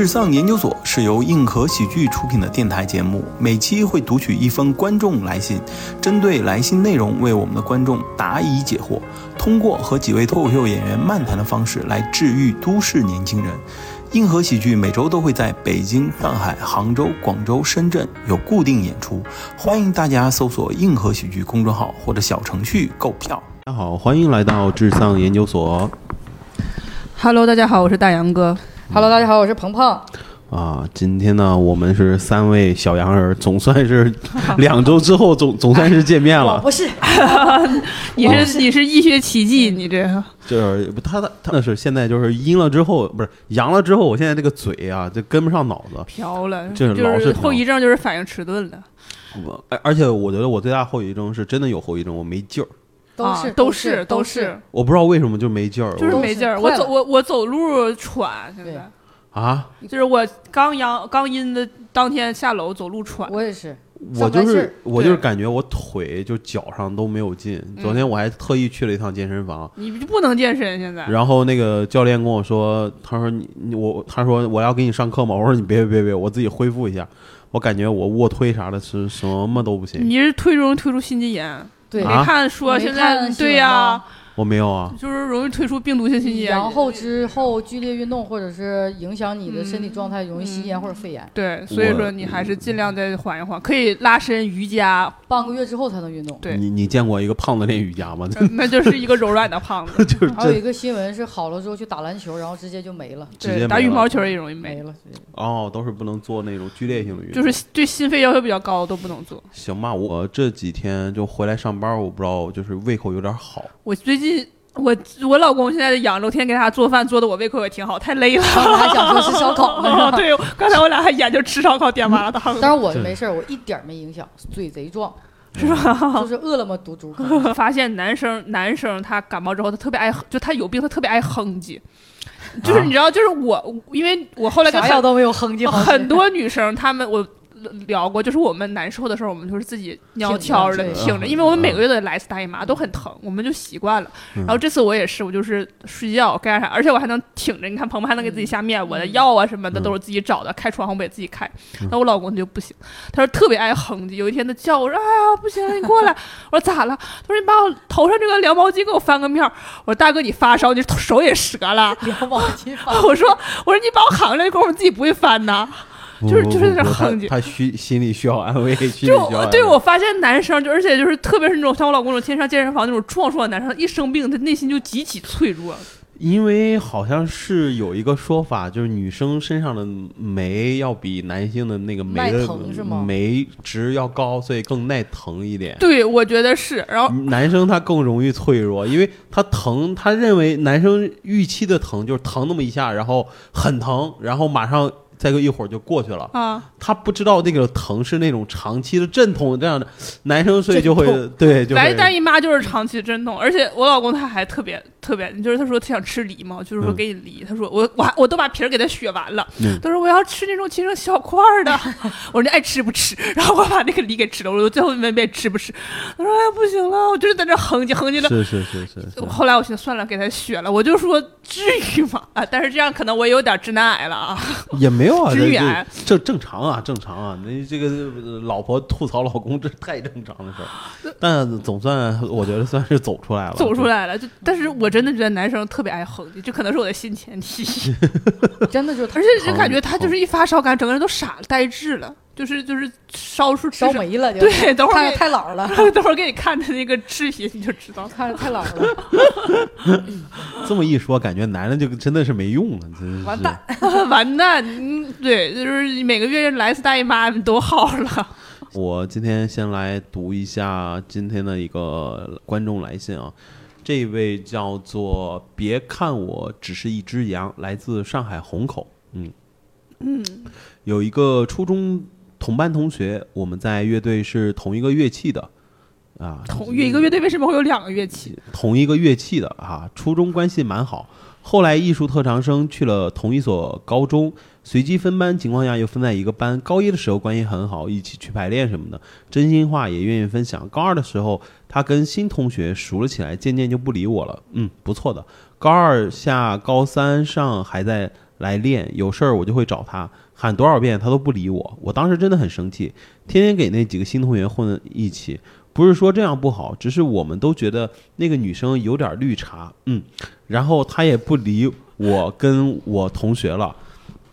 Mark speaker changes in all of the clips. Speaker 1: 日丧研究所是由硬核喜剧出品的电台节目，每期会读取一封观众来信，针对来信内容为我们的观众答疑解惑，通过和几位脱口秀演员漫谈的方式来治愈都市年轻人。硬核喜剧每周都会在北京、上海、杭州、广州、深圳有固定演出，欢迎大家搜索“硬核喜剧”公众号或者小程序购票。
Speaker 2: 大家好，欢迎来到智丧研究所
Speaker 3: Hello，大家好，我是大杨哥。
Speaker 4: Hello，大家好，我是鹏鹏。
Speaker 2: 啊！今天呢，我们是三位小羊儿，总算是两周之后总 总算是见面
Speaker 4: 我
Speaker 3: 哦
Speaker 2: 了。
Speaker 4: 不是，
Speaker 3: 你是你是医学奇迹，你这
Speaker 2: 就是他的他那是现在就是阴了之后，不是阳了之后，我现在这个嘴啊，就跟不上脑子。
Speaker 3: 飘了，
Speaker 2: 就是
Speaker 3: 就
Speaker 2: 老是
Speaker 3: 是
Speaker 2: 飘
Speaker 3: 后遗症就是反应迟钝了。
Speaker 2: 我而而且我觉得我最大后遗症是真的有后遗症，我没劲儿。
Speaker 4: 都
Speaker 3: 啊
Speaker 4: 是
Speaker 3: 都
Speaker 4: 是
Speaker 3: 都
Speaker 4: 是，，
Speaker 2: 我不知道为什么就没劲儿。
Speaker 3: 就是
Speaker 2: 我
Speaker 3: 没劲儿。
Speaker 4: 都是
Speaker 3: 我
Speaker 4: 坏了
Speaker 3: 走我我走路喘，现在
Speaker 2: 啊，
Speaker 3: 就是我刚阳刚阴的当天下楼走路喘，
Speaker 4: 我也是。
Speaker 2: 我
Speaker 4: 上班
Speaker 2: 就
Speaker 4: 劲
Speaker 2: 是
Speaker 4: 儿
Speaker 2: 我就是
Speaker 3: 对
Speaker 2: 感觉我腿就脚上都没有劲。昨天我还特意去了一趟健身房，
Speaker 3: 你就不能健身现在。
Speaker 2: 然后那个教练跟我说，他说你你我，他说我要给你上课吗？我 说你别别别，我自己恢复一下。我感觉我卧推啥的是什么都不行，
Speaker 3: 你是推容易推出心肌炎，
Speaker 4: 对，
Speaker 2: 啊
Speaker 3: 没看说
Speaker 4: 没
Speaker 3: 现
Speaker 4: 看
Speaker 3: 在
Speaker 4: 新闻
Speaker 3: 对呀
Speaker 4: 吗，
Speaker 2: 我没有啊。
Speaker 3: 就是容易推出病毒性心肌炎。
Speaker 4: 然后之后剧烈运动或者是影响你的身体
Speaker 3: 嗯
Speaker 4: 状态，容易吸
Speaker 3: 嗯
Speaker 4: 烟或者肺炎。
Speaker 3: 对，所以
Speaker 2: 我
Speaker 3: 说你还是尽量再缓一缓，可以拉伸瑜伽，
Speaker 4: 半个月之后才能运动。
Speaker 3: 对
Speaker 2: 你你见过一个胖子练瑜伽吗？
Speaker 3: 呃那就是一个柔软的胖子。
Speaker 2: 就是
Speaker 4: 还有 一
Speaker 2: 这
Speaker 4: 个新闻是好了之后去打篮球，然后直接就没了，
Speaker 2: 直接
Speaker 3: 对，打
Speaker 2: 没
Speaker 3: 羽
Speaker 2: 了
Speaker 3: 毛球也容易没
Speaker 4: 没了。直接
Speaker 2: 哦，都是不能做那种剧烈性的运动。
Speaker 3: 就是对心肺要求比较高都不能做。
Speaker 2: 行吧，我这几天就回来上班，我不知道就是胃口有点好。
Speaker 3: 我最近我我老公现在养着，天天给他做饭，做的我胃口也挺好，太累了。
Speaker 4: 刚才还想说吃烧 烤呢，是吧
Speaker 3: 哦
Speaker 4: 嗯
Speaker 3: 对，刚才我俩还研究吃烧烤点麻辣烫，
Speaker 4: 但是我
Speaker 2: 对
Speaker 4: 没事儿，我一点儿没影响，嘴贼壮，
Speaker 2: 嗯是吧？
Speaker 4: 就是饿了么毒猪。
Speaker 3: 发现男生男生他感冒之后，他特别爱，就他有病，他特别爱哼唧。
Speaker 2: 啊
Speaker 3: 就是你知道，就是我，因为我后来跟
Speaker 4: 啥药
Speaker 3: 很
Speaker 4: 都没有，哼唧哼唧
Speaker 3: 很多女生，她们我聊过，就是我们难受的时候，我们就是自己悄悄的
Speaker 4: 挺
Speaker 2: 着嗯
Speaker 3: 挺着，
Speaker 2: 对
Speaker 3: 因为我们每个月都得来一次大姨妈，都很疼，我们就习惯了。
Speaker 2: 嗯
Speaker 3: 然后这次我也是，我就是睡觉干啥，而且我还能挺着，你看鹏鹏还能给自己下面，我的药啊什么的
Speaker 2: 嗯
Speaker 3: 都是自己找的，开窗户我也自己开
Speaker 2: 嗯。
Speaker 3: 那我老公就不行，他说特别爱哼唧，有一天他叫我说：“哎呀，不行了，你过来。” 我说：“咋了？”他说：“你把我头上这个凉毛巾给我翻个面儿。”我说：“大哥，你发烧，你手也折了。”
Speaker 4: 聊往期发
Speaker 3: 我说：“我说你把我喊过来，功夫自己不会翻呐。”就是
Speaker 2: 不
Speaker 3: 就是
Speaker 2: 不
Speaker 3: 在那
Speaker 2: 不他
Speaker 3: 哼唧
Speaker 2: 他需心里需要安慰，心里
Speaker 3: 就
Speaker 2: 需要安慰
Speaker 3: 对我发现男生，就而且就是特别是那种像我老公那种天天上健身房那种壮硕的男生，一生病他内心就极其脆弱。
Speaker 2: 因为好像是有一个说法，就是女生身上的酶要比男性的那个酶
Speaker 4: 耐
Speaker 2: 的
Speaker 4: 疼是吗
Speaker 2: 酶值要高，所以更耐疼一点。
Speaker 3: 对，我觉得是。然后
Speaker 2: 男生他更容易脆弱，因为他疼，他认为男生预期的疼就是疼那么一下，然后很疼，然后马上再过一会儿就过去了。
Speaker 3: 啊，
Speaker 2: 他不知道那个疼是那种长期的阵痛这样的，男生所以就会
Speaker 4: 阵
Speaker 2: 对就
Speaker 3: 来大
Speaker 2: 会
Speaker 3: 姨妈就是长期阵痛，而且我老公他还特别特别，就是他说他想吃梨嘛，我就是说
Speaker 2: 嗯
Speaker 3: 给你梨，他说我我还我都把皮儿给他削完了，
Speaker 2: 嗯
Speaker 3: 他说我要吃那种切成小块儿的， 我说你爱吃不吃？然后我把那个梨给吃了，我最后没没吃不吃，他说哎呀不行了，我就是在这哼唧哼唧的，
Speaker 2: 是是是是是，
Speaker 4: 嗯
Speaker 3: 后来我寻思算了，给他削了。我就说至于吗？啊，但是这样可能我也有点直男癌了啊。
Speaker 2: 也没有啊，
Speaker 3: 支
Speaker 2: 这
Speaker 3: 援
Speaker 2: 这正正常啊，正常啊。那这个呃老婆吐槽老公，这太正常的事儿。但总算我觉得算是走出来了，
Speaker 3: 走出。来了，就但是我真的觉得男生特别爱哼唧，这可能是我的新前 提。
Speaker 4: 真的就是
Speaker 3: 而且就感觉他就是一发烧感，整个人都傻了、呆滞了，就是就是烧出
Speaker 4: 烧。 没了，就
Speaker 3: 对，等会
Speaker 4: 看
Speaker 3: 儿
Speaker 4: 着太老了，
Speaker 3: 给等会儿给你看的那个视频你就知道了。
Speaker 4: 看着太老了，
Speaker 2: 这么一说，感觉男的就真的是没用了，真是
Speaker 4: 完蛋。
Speaker 3: 完蛋，嗯，对，就是每个月来一次大姨妈都好了。
Speaker 2: 我今天先来读一下今天的一个观众来信啊，这位叫做“别看我只是一只羊”，来自上海虹口。嗯嗯，有一个初中同班同学，我们在乐队是同一个乐器的啊，
Speaker 3: 同一个乐队为什么会有两个乐
Speaker 4: 嗯
Speaker 3: 器？
Speaker 2: 同一个乐器的啊，初中关系蛮好。后来艺术特长生去了同一所高中，随机分班情况下又分在一个班。高一的时候关系很好，一起去排练什么的，真心话也愿意分享。高二的时候，他跟新同学熟了起来，渐渐就不理我了。嗯，不错的。高二下高三上还在来练，有事儿我就会找他，喊多少遍他都不理我。我当时真的很生气，天天给那几个新同学混一起。不是说这样不好，只是我们都觉得那个女生有点绿茶，嗯，然后她也不理我跟我同学了，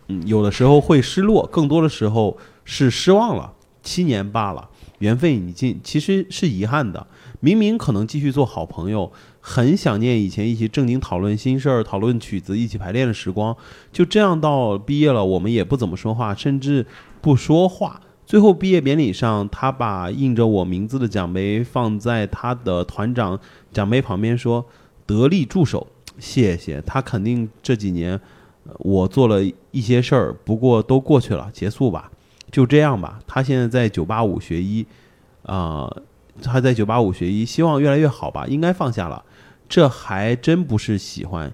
Speaker 2: 嗯，有的时候会失落，更多的时候是失望了。七年罢了，缘分已尽，其实是遗憾的。明明可能继续做好朋友，很想念以前一起正经讨论心事儿、讨论曲子、一起排练的时光。就这样到毕业了，我们也不怎么说话，甚至不说话。最后毕业典礼上，他把印着我名字的奖杯放在他的团长奖杯旁边，说：“得力助手，谢谢他，肯定这几年呃我做了一些事儿，不过都过去了，结束吧，就这样吧。”他现在在九八五学医，啊、他在九八五学医，希望越来越好吧，应该放下了。这还真不是喜欢，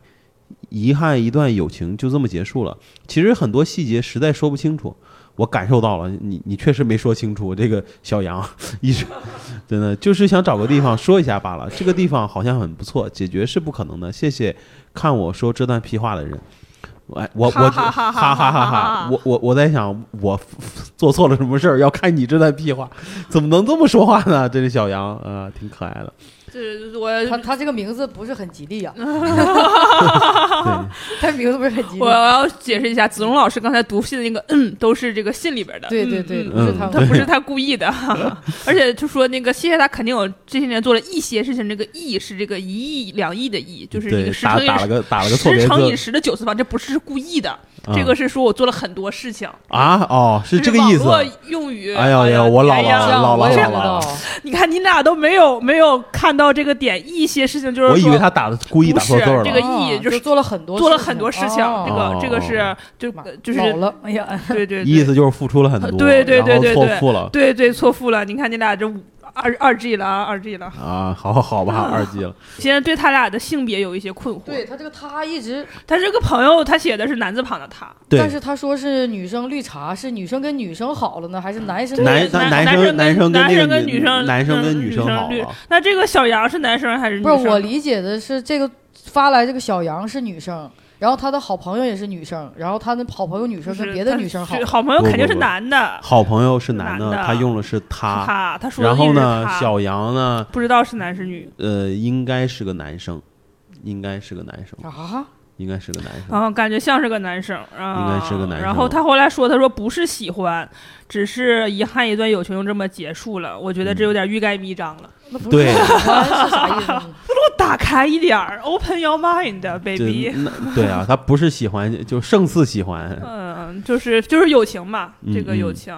Speaker 2: 遗憾一段友情就这么结束了。其实很多细节实在说不清楚，我感受到了，你你确实没说清楚。这个小杨 一直真的就是想找个地方说一下罢了。这个地方好像很不错，解决是不可能的。谢谢看我说这段屁话的人。哎，我我
Speaker 3: 哈哈哈哈
Speaker 2: 哈哈哈哈！我我我在想，我 做错了什么事儿？要看你这段屁话，怎么能这么说话呢？这是小杨啊、呃挺可爱的。
Speaker 3: 这我
Speaker 4: 他他这个名字不是很吉利呀、
Speaker 2: 对，
Speaker 4: 他名字不是很吉利
Speaker 3: 我。要解释一下，子龙老师刚才读信的那个嗯，都是这个信里边的，
Speaker 4: 对
Speaker 3: 嗯
Speaker 4: 对对，
Speaker 3: 嗯
Speaker 4: 不是他
Speaker 3: 他
Speaker 4: 们。
Speaker 3: 不是他故意的， 而且就说那个谢谢他，肯定有这些年做了一些事情。这个“亿”是这个一亿、两亿的“亿”，就是一
Speaker 2: 对
Speaker 3: 个十
Speaker 2: 打
Speaker 3: 乘以
Speaker 2: 打了个打了个错别
Speaker 3: 十
Speaker 2: 字
Speaker 3: 乘以十的九次方，这不是故意的，
Speaker 2: 啊
Speaker 3: 这个是说我做了很多事情，
Speaker 2: 啊哦，是这个意思。
Speaker 3: 网络用语。
Speaker 2: 哎呀呀，我老
Speaker 3: 哎呀
Speaker 2: 了，
Speaker 4: 呀
Speaker 2: 老了，
Speaker 4: 我也
Speaker 2: 老
Speaker 4: 知道
Speaker 2: 了。
Speaker 3: 你看你俩都没有没有看到这个点，一些事情就是
Speaker 2: 我以为
Speaker 3: 说
Speaker 2: 他打的故意打错字儿
Speaker 3: 不是这
Speaker 2: 了
Speaker 3: 个。意义就是
Speaker 4: 啊就做了很多
Speaker 3: 做了很多事情，
Speaker 4: 哦
Speaker 3: 这个这个是
Speaker 2: 哦
Speaker 3: 就
Speaker 4: 妈
Speaker 3: 就是
Speaker 4: 老了，哎呀，
Speaker 3: 对对对
Speaker 2: 意思就是付出了很多，
Speaker 3: 呃对对对对
Speaker 2: 然后
Speaker 3: 对
Speaker 2: 错付了
Speaker 3: 对对错付了。你看你俩这五二二 G 了啊，二 G 了。
Speaker 2: 啊，好好好
Speaker 3: 嗯
Speaker 2: 吧，二 G 了，
Speaker 3: 现在对他俩的性别有一些困惑。
Speaker 4: 对他这个他一直，
Speaker 3: 他这个朋友他写的是男字旁的他，
Speaker 4: 但
Speaker 2: 对，
Speaker 4: 是他说是女生绿茶，是女生跟女生好了呢，还是男生
Speaker 2: 男
Speaker 3: 男
Speaker 2: 男生
Speaker 3: 男
Speaker 2: 生
Speaker 3: 男
Speaker 2: 那
Speaker 3: 生
Speaker 2: 个
Speaker 3: 跟女生
Speaker 2: 男生跟
Speaker 3: 嗯女
Speaker 2: 生好
Speaker 3: 绿
Speaker 2: 了，
Speaker 3: 那这个小杨是男生还是女
Speaker 4: 不是
Speaker 3: 生？
Speaker 4: 我理解的是这个发来这个小杨是女生，然后他的好朋友也是女生，然后他的好朋友女
Speaker 3: 就
Speaker 4: 生
Speaker 3: 是
Speaker 4: 跟别的
Speaker 3: 他
Speaker 4: 女生好
Speaker 3: 是，好朋友
Speaker 2: 不
Speaker 3: 肯定
Speaker 2: 不
Speaker 3: 是
Speaker 2: 不
Speaker 3: 男的，
Speaker 2: 好朋友是男的
Speaker 3: 男，的
Speaker 2: 他用的是他，
Speaker 3: 他他说的
Speaker 2: 然后
Speaker 3: 一
Speaker 2: 呢
Speaker 3: 直是，他
Speaker 2: 小杨呢，
Speaker 3: 不知道是男是女
Speaker 2: 呃，应该是个男生，应该是个男 生，
Speaker 4: 啊，
Speaker 2: 应该是个男生，
Speaker 3: 啊，感觉像是个男生啊，
Speaker 2: 应该是个男生
Speaker 3: 然后他后来说，他说不是喜欢，只是遗憾一段友情就这么结束了。我觉得
Speaker 2: 嗯
Speaker 3: 这有点欲盖弥彰了。
Speaker 4: 那不是
Speaker 2: 对
Speaker 4: 喜欢是啥意思呢？
Speaker 3: 打开一点儿，Open your
Speaker 2: 嗯
Speaker 3: mind,
Speaker 2: 对
Speaker 3: baby。
Speaker 2: 那对啊，他不是喜欢，就胜似喜欢，
Speaker 3: 嗯，就是就是友情嘛，
Speaker 2: 嗯
Speaker 3: 这个友情。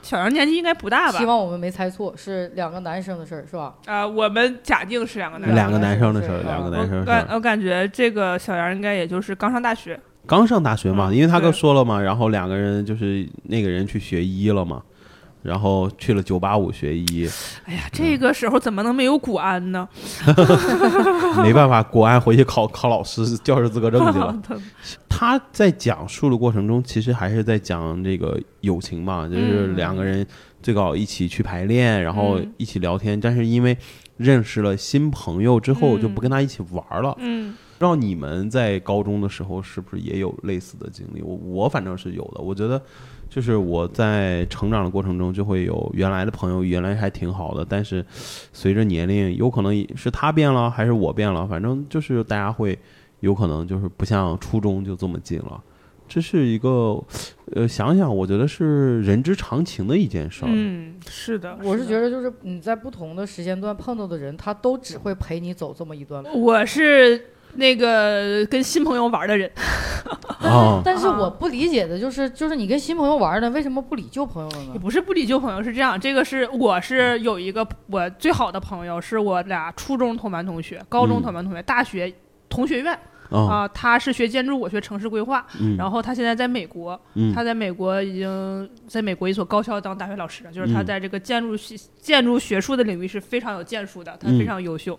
Speaker 3: 小杨年纪应该不 大吧
Speaker 4: 希？望我们没猜错，是两个男生的事儿，是吧？
Speaker 3: 啊、我们假定是两个男
Speaker 4: 嗯
Speaker 3: 生。
Speaker 2: 两个男生的事儿，
Speaker 4: 是
Speaker 2: 两个
Speaker 4: 嗯
Speaker 2: 男生的事
Speaker 3: 我感
Speaker 2: 儿。
Speaker 3: 我感觉这个小杨应该也就是刚上大学，
Speaker 2: 刚上大学嘛，
Speaker 3: 嗯
Speaker 2: 因为他
Speaker 3: 对
Speaker 2: 刚说了嘛，然后两个人就是那个人去学医了嘛，然后去了九八五学 医，
Speaker 3: 哎呀，
Speaker 4: 嗯
Speaker 3: 这个时候怎么能没有古安呢？
Speaker 2: 没办法，国安回去考考老师教师资格证去
Speaker 4: 嗯
Speaker 2: 了。他在讲述的过程中，其实还是在讲这个友情嘛，就是
Speaker 4: 嗯
Speaker 2: 两个人最早一起去排练，然后
Speaker 3: 嗯
Speaker 2: 一起聊天，但是因为认识了新朋友之后，
Speaker 3: 嗯
Speaker 2: 就不跟他一起玩了。
Speaker 3: 嗯，
Speaker 2: 不知道你们在高中的时候是不是也有类似的经历？我我反正是有的。我觉得，就是我在成长的过程中，就会有原来的朋友，原来还挺好的，但是随着年龄，有可能也是他变了，还是我变了，反正就是大家会有可能就是不像初中就这么近了。这是一个，呃，想想我觉得是人之常情的一件事儿。
Speaker 3: 嗯，是的，
Speaker 4: 我是
Speaker 3: 的
Speaker 4: 觉得就是你在不同的时间段碰到的人，他都只会陪你走这么一段路。
Speaker 3: 我是那个跟新朋友玩的人，
Speaker 2: 啊
Speaker 4: 但是我不理解的就是，就是你跟新朋友玩呢，为什么不理旧朋友了
Speaker 3: 也
Speaker 4: 呢？
Speaker 3: 不是不理旧朋友，是这样，这个是我
Speaker 4: 嗯
Speaker 3: 是有一个我最好的朋友，是我俩初中同班同学、高中
Speaker 2: 嗯
Speaker 3: 同班同学、大学同学院
Speaker 2: 啊
Speaker 4: 哦
Speaker 3: 啊、他是学建筑，我学城市规划，
Speaker 2: 嗯
Speaker 3: 然后他现在在美国，
Speaker 2: 嗯
Speaker 3: 他在美国已经在美国一所高校当大学老师了，就是他
Speaker 2: 嗯
Speaker 3: 在这个建筑系建筑学术的领域是非常有建树的，他
Speaker 2: 嗯
Speaker 3: 非常优秀。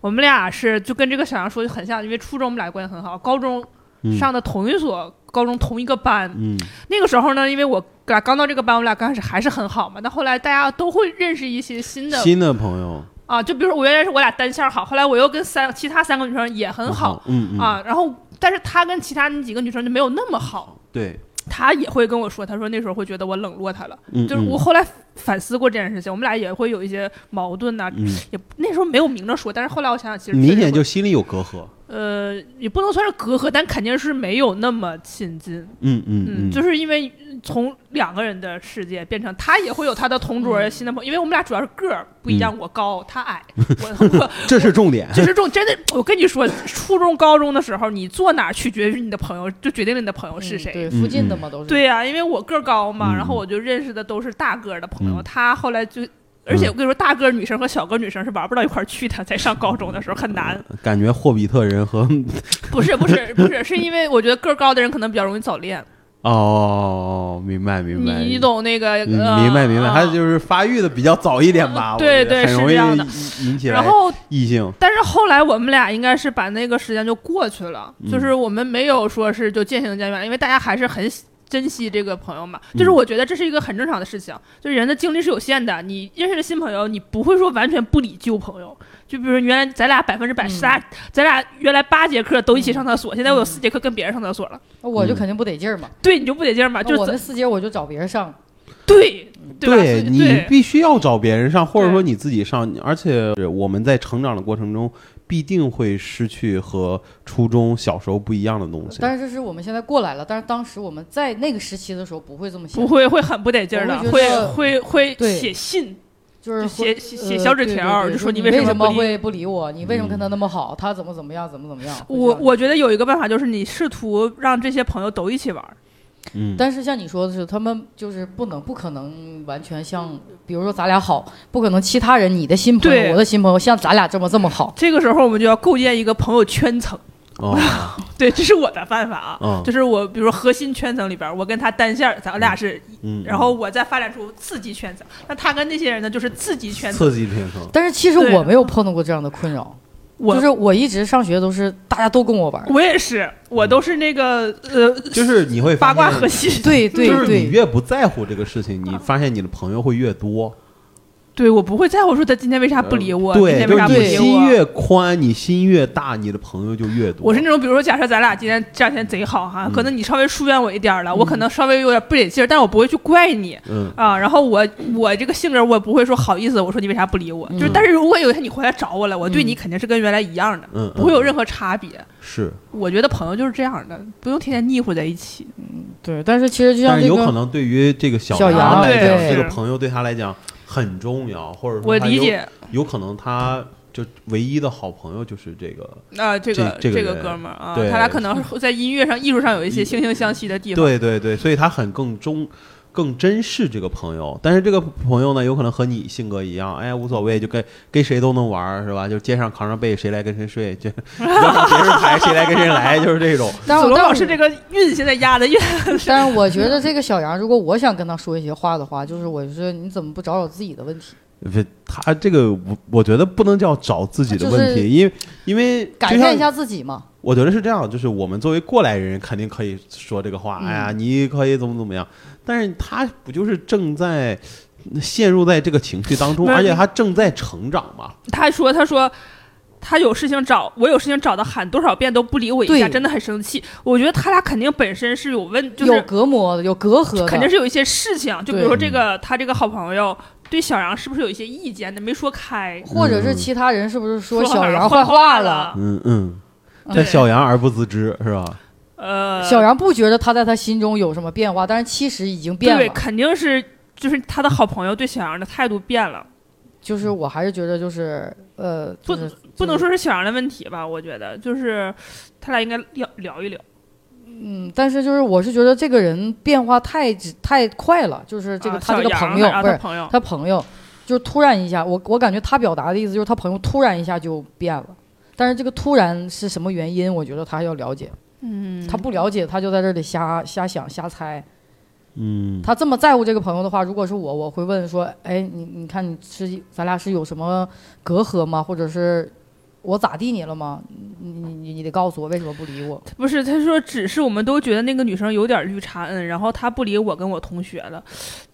Speaker 3: 我们俩是就跟这个小杨说的很像，因为初中我们俩关系很好，高中
Speaker 2: 嗯
Speaker 3: 上的同一所高中同一个班，
Speaker 2: 嗯
Speaker 3: 那个时候呢，因为我俩刚到这个班，我们俩刚开始还是很好嘛。但后来大家都会认识一些新的
Speaker 2: 新的朋友
Speaker 3: 啊，就比如说我原来是我俩单线儿好，后来我又跟三其他三个女生也很好、
Speaker 2: 嗯嗯
Speaker 3: 啊，然后但是她跟其他那几个女生就没有那么好。
Speaker 2: 对，
Speaker 3: 她也会跟我说，她说那时候会觉得我冷落她了，
Speaker 2: 嗯
Speaker 3: 就是我，后来反思过这件事情，我们俩也会有一些矛盾呐、
Speaker 2: 嗯，
Speaker 3: 也那时候没有明着说，但是后来我想想，其实
Speaker 2: 嗯明显
Speaker 3: 确实
Speaker 2: 就
Speaker 3: 会
Speaker 2: 心里有隔阂，
Speaker 3: 呃，也不能算是隔阂，但肯定是没有那么亲近。
Speaker 2: 嗯嗯
Speaker 3: 嗯，就是因为从两个人的世界变成他也会有他的同桌、
Speaker 4: 嗯
Speaker 3: 新的朋友，因为我们俩主要是个儿不一样，我高他矮，
Speaker 2: 嗯
Speaker 3: 我我
Speaker 2: 这是重点，
Speaker 3: 就是这种真的，我跟你说，初中高中的时候，你坐哪儿取决于你的朋友，就决定了你的朋友是谁。
Speaker 4: 对，
Speaker 2: 嗯
Speaker 4: 附近的嘛都是。
Speaker 3: 对呀、因为我个儿高嘛，
Speaker 2: 嗯
Speaker 3: 然后我就认识的都是大个儿的朋
Speaker 2: 嗯
Speaker 3: 友。他后来就，而且我跟你说，大个儿女生和小个儿女生是玩不到一块儿去的，在上高中的时候很难。
Speaker 2: 感觉霍比特人和
Speaker 3: 不是不是不是，是因为我觉得个儿高的人可能比较容易早恋。
Speaker 2: 哦，明白
Speaker 3: 你
Speaker 2: 明白，
Speaker 3: 你懂那个？
Speaker 2: 嗯，
Speaker 3: 呃、
Speaker 2: 明白明白，
Speaker 3: 啊
Speaker 2: 他就是发育的比较早一点 吧，我觉得
Speaker 3: 对对
Speaker 2: 很
Speaker 3: 是
Speaker 2: 容
Speaker 3: 这
Speaker 2: 易
Speaker 3: 样的
Speaker 2: 引引起来
Speaker 3: 然后，
Speaker 2: 异性，
Speaker 3: 但是后来我们俩应该是把那个时间就过去了，
Speaker 2: 嗯
Speaker 3: 就是我们没有说是就渐行渐远，因为大家还是很喜珍惜这个朋友嘛。就是
Speaker 2: 嗯
Speaker 3: 我觉得这是一个很正常的事情，就是人的精力是有限的，你认识了新朋友，你不会说完全不理旧朋友。就比如原来咱俩百分之百，
Speaker 4: 嗯
Speaker 3: 咱俩咱俩原来八节课都一起上厕所，现在我有四节课跟别人上厕所了，
Speaker 4: 那我就
Speaker 2: 嗯
Speaker 4: 肯定不得劲儿嘛。
Speaker 3: 对你就不得劲儿嘛，
Speaker 4: 那
Speaker 3: 啊就
Speaker 4: 我
Speaker 3: 是
Speaker 4: 那四节我就找别人上，
Speaker 3: 对吧？所以
Speaker 2: 你
Speaker 3: 对
Speaker 2: 必须要找别人上，或者说你自己上，而且我们在成长的过程中必定会失去和初中小时候不一样的东西。
Speaker 4: 但是这是我们现在过来了，但是当时我们在那个时期的时候不会这么想
Speaker 3: 不，会会很不得劲儿的，
Speaker 4: 我会
Speaker 3: 会
Speaker 4: 觉得
Speaker 3: 会会
Speaker 4: 对
Speaker 3: 写信，
Speaker 4: 就是
Speaker 3: 写
Speaker 4: 会
Speaker 3: 写
Speaker 4: 呃
Speaker 3: 写小纸
Speaker 4: 对对
Speaker 3: 条儿
Speaker 4: 对
Speaker 3: 就说
Speaker 4: 说
Speaker 3: 你为
Speaker 4: 为
Speaker 3: 什么不
Speaker 4: 么
Speaker 3: 理
Speaker 4: 会不理我，你为什么跟
Speaker 2: 嗯
Speaker 4: 他那么好，他怎么怎么样，怎么怎么样。会这
Speaker 3: 我
Speaker 4: 样
Speaker 3: 我觉得有一个办法就是你试图让这些朋友都一起玩儿，
Speaker 2: 嗯，
Speaker 4: 但是像你说的是，他们就是不能不可能完全像，比如说咱俩好，不可能其他人你的新朋
Speaker 3: 对
Speaker 4: 友，我的新朋友像咱俩这么这么好。
Speaker 3: 这个时候我们就要构建一个朋友圈层。
Speaker 2: 哦，
Speaker 3: 对，这是我的办法啊，
Speaker 2: 嗯
Speaker 3: 就是我比如说核心圈层里边儿，我跟他单线儿，咱俩是，
Speaker 2: 嗯，
Speaker 3: 然后我再发展出次级圈层，那他跟那些人呢就是次级圈层，
Speaker 2: 刺激天生，
Speaker 4: 但是其实
Speaker 3: 对
Speaker 4: 我没有碰到过这样的困扰，
Speaker 3: 我、嗯
Speaker 4: 就是我一直上学都是大家都跟我玩儿，
Speaker 3: 我也是，我都是那个呃
Speaker 2: 就是你会
Speaker 3: 八
Speaker 2: 发
Speaker 3: 卦
Speaker 2: 现
Speaker 3: 核心，
Speaker 4: 对对
Speaker 2: 就是你
Speaker 4: 对，
Speaker 2: 越不在乎这个事情，你发现你的朋友会越多。
Speaker 3: 对我不会在乎说他今天为啥不理我，
Speaker 2: 嗯
Speaker 3: 今
Speaker 2: 对，
Speaker 3: 天
Speaker 2: 就是
Speaker 3: 为啥不
Speaker 2: 你
Speaker 3: 理
Speaker 2: 心
Speaker 3: 我。
Speaker 2: 越宽，你心越大，你的朋友就越多。
Speaker 3: 我是那种，比如说，假设咱俩今天这两天贼好哈，
Speaker 2: 嗯
Speaker 3: 可能你稍微疏远我一点儿了，我可能稍微有点不得劲儿，但我不会去怪你，
Speaker 2: 嗯，
Speaker 3: 啊，然后我我这个性格我不会说好意思，我说你为啥不理我？就是，
Speaker 2: 嗯
Speaker 3: 但是如果有一天你回来找我了，我对你肯定是跟原来一样的，
Speaker 2: 嗯嗯
Speaker 3: 不会有任何差别。
Speaker 2: 是，
Speaker 3: 我觉得朋友就是这样的，不用天天腻乎在一起。
Speaker 4: 对，但是其实就像
Speaker 2: 但是
Speaker 4: 这
Speaker 2: 有可
Speaker 4: 个，
Speaker 2: 能对于这个小
Speaker 4: 小
Speaker 2: 杨
Speaker 4: 杨
Speaker 2: 来讲，
Speaker 4: 对
Speaker 2: 这个
Speaker 3: 是
Speaker 2: 朋友对他来讲很重要，或者说
Speaker 3: 我
Speaker 2: 他
Speaker 3: 理
Speaker 2: 有
Speaker 3: 解，
Speaker 2: 有可能他就唯一的好朋友就是这个，
Speaker 3: 啊，这个
Speaker 2: 这这个
Speaker 3: 个
Speaker 2: 人
Speaker 3: 哥们儿啊，
Speaker 2: 对
Speaker 3: 他俩可能会在音乐上、艺术上有一些惺惺相惜的地方。
Speaker 2: 对对对，所以他很更中。更珍视这个朋友，但是这个朋友呢，有可能和你性格一样，哎呀无所谓，就跟跟谁都能玩儿，是吧？就街上扛着被，谁来跟谁睡， 就要上别人牌，谁来跟谁来，就是这种。
Speaker 4: 但
Speaker 3: 子
Speaker 4: 我
Speaker 3: 龙
Speaker 4: 但
Speaker 3: 老
Speaker 4: 我
Speaker 3: 师这个韵现在压的越，
Speaker 4: 但是我觉得这个小杨，如果我想跟他说一些话的话，就是我就说你怎么不找找自己的问题，
Speaker 2: 不，他这个我我觉得不能叫找自己的问题，
Speaker 4: 就是
Speaker 2: 因为因为就
Speaker 4: 改
Speaker 2: 像
Speaker 4: 善一下自己嘛。
Speaker 2: 我觉得是这样，就是我们作为过来人，肯定可以说这个话，哎
Speaker 4: 嗯
Speaker 2: 呀，你可以怎么怎么样，但是他不就是正在陷入在这个情绪当中，
Speaker 3: 没有
Speaker 2: 而且他正在成长嘛？
Speaker 3: 他说他说。他有事情找我，有事情找他喊多少遍都不理我一下，
Speaker 4: 对
Speaker 3: 真的很生气。我觉得他俩肯定本身是有问，就是
Speaker 4: 有隔膜的，有隔阂的，
Speaker 3: 肯定是有一些事情，就比如说
Speaker 2: 对
Speaker 3: 这个他这个好朋友对小杨是不是有一些意见的没说开？
Speaker 4: 或者是其他人是不是说
Speaker 3: 说
Speaker 4: 小杨
Speaker 3: 坏
Speaker 4: 坏话
Speaker 3: 了？，
Speaker 2: 嗯嗯，
Speaker 4: 嗯
Speaker 2: 但
Speaker 3: 啊对
Speaker 2: 小杨而不自知是吧？
Speaker 3: 呃，
Speaker 4: 小杨不觉得他在他心中有什么变化，但是其实已经变
Speaker 3: 对，
Speaker 4: 了。
Speaker 3: 肯定是就是他的好朋友对小杨的态度变 了，
Speaker 4: 就是我还是觉得就是呃，
Speaker 3: 不
Speaker 4: 就是
Speaker 3: 不能，说是小杨的问题吧？我觉得就是他俩应该聊聊一聊。
Speaker 4: 嗯，但是就是我是觉得这个人变化太直太快了，就是这个、
Speaker 3: 啊
Speaker 4: 他这个
Speaker 3: 小杨
Speaker 4: 朋友
Speaker 3: 啊
Speaker 4: 不
Speaker 3: 他
Speaker 4: 是
Speaker 3: 朋友，
Speaker 4: 他朋友，就是突然一下，我我感觉他表达的意思就是他朋友突然一下就变了。但是这个突然是什么原因？我觉得他还要了解，
Speaker 3: 嗯，
Speaker 4: 他不了解，他就在这里瞎瞎想、瞎猜。
Speaker 2: 嗯，
Speaker 4: 他这么在乎这个朋友的话，如果是我，我会问说，哎，你你看你是咱俩是有什么隔阂吗？或者是我咋地你了吗？你你你你得告诉我为什么不理我。
Speaker 3: 不是，他说只是我们都觉得那个女生有点绿茶，嗯，然后她不理我跟我同学了，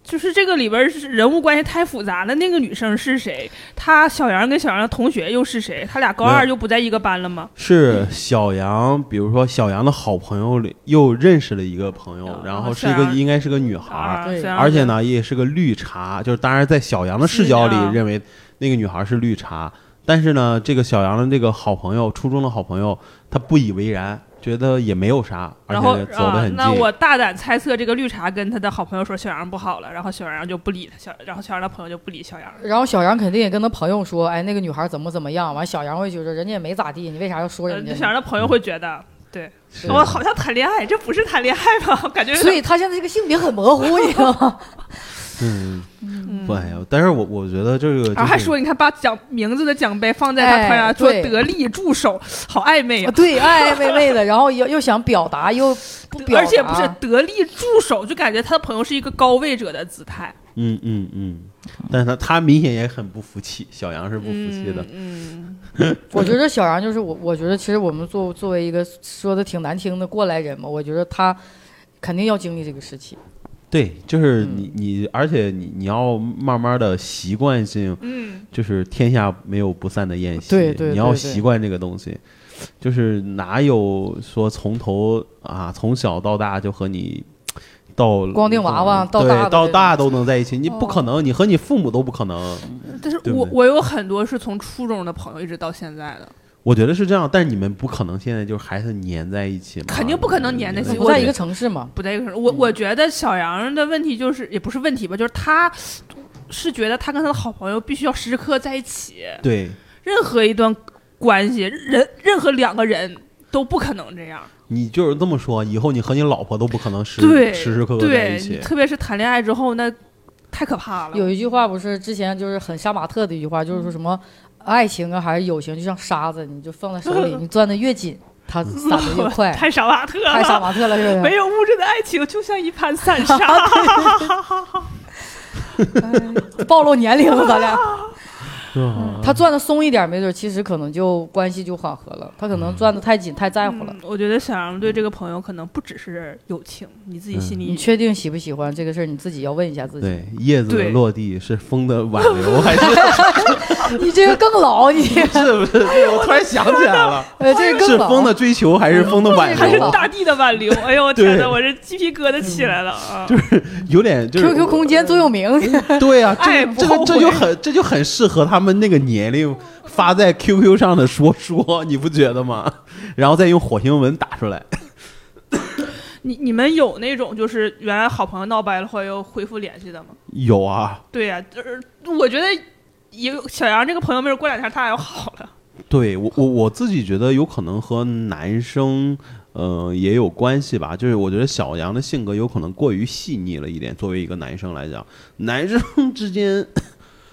Speaker 3: 就是这个里边是人物关系太复杂了。那个女生是谁？她小杨跟小杨的同学又是谁？他俩高
Speaker 2: 没
Speaker 3: 二
Speaker 2: 有
Speaker 3: 就不在一个班了吗？
Speaker 2: 是小杨，比如说小杨的好朋友里又认识了一个朋友
Speaker 3: 啊，
Speaker 2: 然后
Speaker 3: 小
Speaker 2: 是一个
Speaker 3: 杨
Speaker 2: 应该是个女孩儿，
Speaker 3: 啊
Speaker 4: 对
Speaker 3: 小杨
Speaker 2: 而且呢也是个绿茶，就是当然在小杨的视角
Speaker 3: 是啊
Speaker 2: 里认为那个女孩是绿茶，但是呢，这个小杨的这个好朋友，初中的好朋友，他不以为然，觉得也没有啥，而
Speaker 3: 然后
Speaker 2: 且走得
Speaker 3: 啊
Speaker 2: 很，近。
Speaker 3: 那我大胆猜测，这个绿茶跟他的好朋友说小杨不好了，然后小杨就不理他，小然后小杨的朋友就不理小杨了。
Speaker 4: 然后小杨肯定也跟他朋友说，哎，那个女孩怎么怎么样。完，小杨会觉得人家也没咋地，你为啥要说人
Speaker 3: 呃
Speaker 4: 家
Speaker 3: 小杨
Speaker 4: 呢？
Speaker 3: 的朋友会觉得
Speaker 2: 是
Speaker 3: 我好像谈恋爱，这不是谈恋爱吧？我感觉有
Speaker 4: 所
Speaker 3: 点
Speaker 4: 以他现在这个性别很模糊，你知道 吗？
Speaker 2: 嗯，
Speaker 3: 嗯
Speaker 2: 不哎呀，但是我我觉得这个、就是
Speaker 3: 然后还说，你看把奖名字的奖杯放在他
Speaker 4: 哎
Speaker 3: 头上，说
Speaker 4: 对
Speaker 3: 得力助手，好暧昧啊！
Speaker 4: 啊对，爱爱昧昧的，然后又又想表达，又不表达，
Speaker 3: 而且不是得力助手，就感觉他的朋友是一个高位者的姿态，
Speaker 2: 嗯嗯嗯，但是他他明显也很不服气，小杨是不服气的，
Speaker 3: 嗯，
Speaker 4: 我觉得小杨就是我，我觉得其实我们作作为一个说的挺难听的过来人嘛，我觉得他肯定要经历这个时期。
Speaker 2: 对，就是你你，而且你你要慢慢的习惯性，
Speaker 3: 嗯，
Speaker 2: 就是天下没有不散的宴席，
Speaker 4: 对对
Speaker 2: 你要
Speaker 4: 对对
Speaker 2: 习惯这个东西，就是哪有说从头啊，从小到大就和你。到嗯
Speaker 4: 光腚娃娃到
Speaker 2: 对
Speaker 4: 大的
Speaker 2: 到
Speaker 4: 这种哦
Speaker 2: 大都能在一起，你不可能，你和你父母都不可能。
Speaker 3: 嗯但是
Speaker 2: 对不
Speaker 3: 我
Speaker 2: 对
Speaker 3: 我有很多是从初中的朋友一直到现在的，
Speaker 2: 我觉得是这样，但是你们不可能现在就是还是粘在一起嘛，
Speaker 3: 肯定不可能粘在一起
Speaker 4: 不
Speaker 3: 我
Speaker 4: 在
Speaker 3: 觉
Speaker 4: 一
Speaker 3: 得
Speaker 4: 个城市嘛，
Speaker 3: 不在一个城市。
Speaker 2: 嗯
Speaker 3: 我我觉得小杨的问题就是也不是问题吧，就是他是觉得他跟他的好朋友必须要时时刻在一起，
Speaker 2: 对，
Speaker 3: 任何一段关系，人任何两个人都不可能这样。
Speaker 2: 你就是这么说，以后你和你老婆都不可能时
Speaker 3: 对，
Speaker 2: 时时刻刻在
Speaker 3: 对，
Speaker 2: 一起。
Speaker 3: 特别是谈恋爱之后，那太可怕了。
Speaker 4: 有一句话不是之前就是很杀马特的一句话，就是说什么
Speaker 2: 嗯
Speaker 4: 爱情啊还是友情就像沙子，你就放 在手里，你攥得越紧，
Speaker 2: 嗯
Speaker 4: 它散的越快。
Speaker 3: 太杀马特
Speaker 4: 太杀
Speaker 3: 了，
Speaker 4: 马特了，是不
Speaker 3: 没
Speaker 4: 是？
Speaker 3: 有物质的爱情就像一盘散 沙。
Speaker 4: 暴露年龄了，咱俩。
Speaker 2: 啊
Speaker 4: 他攥的松一点，没准其实可能就关系就缓和了。他可
Speaker 2: 嗯
Speaker 4: 能攥的太紧，太在乎了。
Speaker 3: 嗯我觉得小杨对这个朋友可能不只是友情，你
Speaker 2: 嗯
Speaker 3: 自己心
Speaker 4: 你
Speaker 3: 里。
Speaker 4: 确定喜不喜欢这个事儿？你自己要问一下自己。
Speaker 2: 对，叶子的
Speaker 3: 对
Speaker 2: 落地是风的挽留还是
Speaker 4: 你这个更老，你
Speaker 2: 是不是？对我突然想起来 了，
Speaker 4: 呃，这个
Speaker 2: 是
Speaker 4: 更老。
Speaker 2: 风的追求还是风的挽
Speaker 3: 还是
Speaker 2: 留？
Speaker 3: 大地的挽留，哎呦我天
Speaker 2: 对嗯
Speaker 3: 哪，我这鸡皮疙瘩起来了啊！
Speaker 2: 有点 就是
Speaker 4: QQ 空间座右铭，
Speaker 2: 对啊，这
Speaker 3: 爱
Speaker 2: 个
Speaker 3: 不
Speaker 2: 这个这
Speaker 3: 后
Speaker 2: 就
Speaker 3: 悔
Speaker 2: 很这就很适合他们那个年龄发在 QQ 上的说说，你不觉得吗？然后再用火星文打出来，
Speaker 3: 你你们有那种就是原来好朋友闹掰了，后来又恢复联系的吗？
Speaker 2: 有啊，
Speaker 3: 对呀、就是我觉得也有小杨这个朋友，没准过两天他俩要好了。
Speaker 2: 对我我我自己觉得有可能和男生。呃，也有关系吧，就是我觉得小杨的性格有可能过于细腻了一点。作为一个男生来讲，男生之间，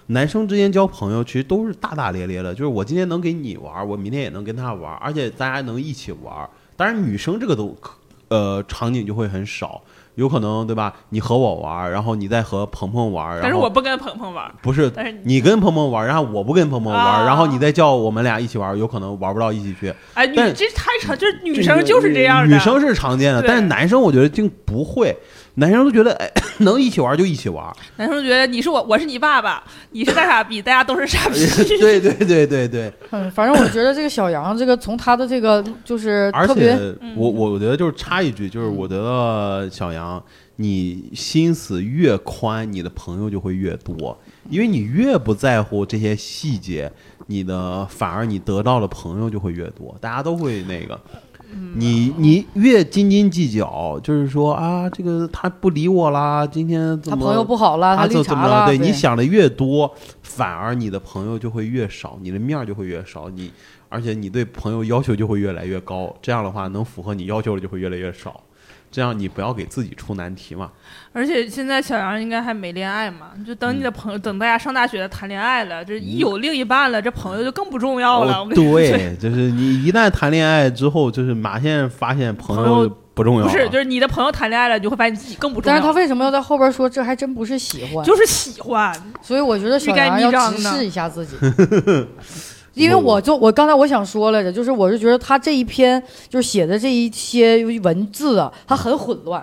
Speaker 2: 男生之间交朋友其实都是大大咧咧的，就是我今天能给你玩儿，我明天也能跟他玩儿，而且大家能一起玩儿。当然，女生这个都可呃场景就会很少，有可能对吧？你和我玩儿，然后你再和鹏鹏玩儿，然
Speaker 3: 但是
Speaker 2: 后
Speaker 3: 我不跟鹏鹏玩，
Speaker 2: 不是
Speaker 3: 但是你
Speaker 2: 你跟鹏鹏玩，然后我不跟鹏鹏玩，
Speaker 3: 啊
Speaker 2: 然后你再叫我们俩一起玩，有可能玩不到一起去。
Speaker 3: 哎，女
Speaker 2: 但
Speaker 3: 这太成，就是女
Speaker 2: 这
Speaker 3: 生
Speaker 2: 个
Speaker 3: 就是这样的。
Speaker 2: 女女生是常见的，
Speaker 3: 对
Speaker 2: 但是男生我觉得竟不会，男生都觉得哎 能一起玩就一起 玩。
Speaker 3: 男生觉得你是我，我是你爸爸，你是大傻逼，大家都是 傻逼。
Speaker 2: 对对对对对，
Speaker 4: 嗯，反正我觉得这个小杨，这个从他的这个就是
Speaker 2: 而
Speaker 4: 特别，
Speaker 2: 且我我觉得就是插一句，
Speaker 4: 嗯
Speaker 2: 就是我觉得小杨，你心思越宽，你的朋友就会越多，因为你越不在乎这些细节，你的反而你得到的朋友就会越多，大家都会那个。
Speaker 4: 嗯
Speaker 2: 你你越斤斤计较，就是说啊，这个他不理我啦，今天怎
Speaker 4: 他
Speaker 2: 么
Speaker 4: 朋友不好了，他
Speaker 2: 啊，
Speaker 4: 绿
Speaker 2: 怎怎
Speaker 4: 茶
Speaker 2: 么了？
Speaker 4: 了，
Speaker 2: 对你想的越多，反而你的朋友就会越少，你的面儿就会越少，你而且你对朋友要求就会越来越高。这样的话，能符合你要求的就会越来越少。这样你不要给自己出难题嘛。
Speaker 3: 而且现在小杨应该还没恋爱嘛，就等你
Speaker 2: 嗯
Speaker 3: 的朋友，等大家上大学谈恋爱了，这一有另一半了，这朋友就更不重要了。我跟你说，
Speaker 2: 哦对，就是你一旦谈恋爱之后，就是马上发现朋
Speaker 3: 朋友
Speaker 2: 友不重要
Speaker 3: 不
Speaker 2: 了，
Speaker 3: 是，就是你的朋友谈恋爱了，你就会发现自己更不重
Speaker 4: 但
Speaker 3: 要
Speaker 4: 是他为什么要在后边说这还真不是喜欢？
Speaker 3: 就是喜欢，
Speaker 4: 所以我觉得小
Speaker 3: 欲盖
Speaker 4: 杨
Speaker 3: 弥
Speaker 4: 要
Speaker 3: 彰
Speaker 4: 直
Speaker 3: 呢
Speaker 4: 视一下自己。因为
Speaker 2: 我
Speaker 4: 我就我刚才我想说来着，就是我是觉得他这一篇就是写的这一些文字啊，它很混乱，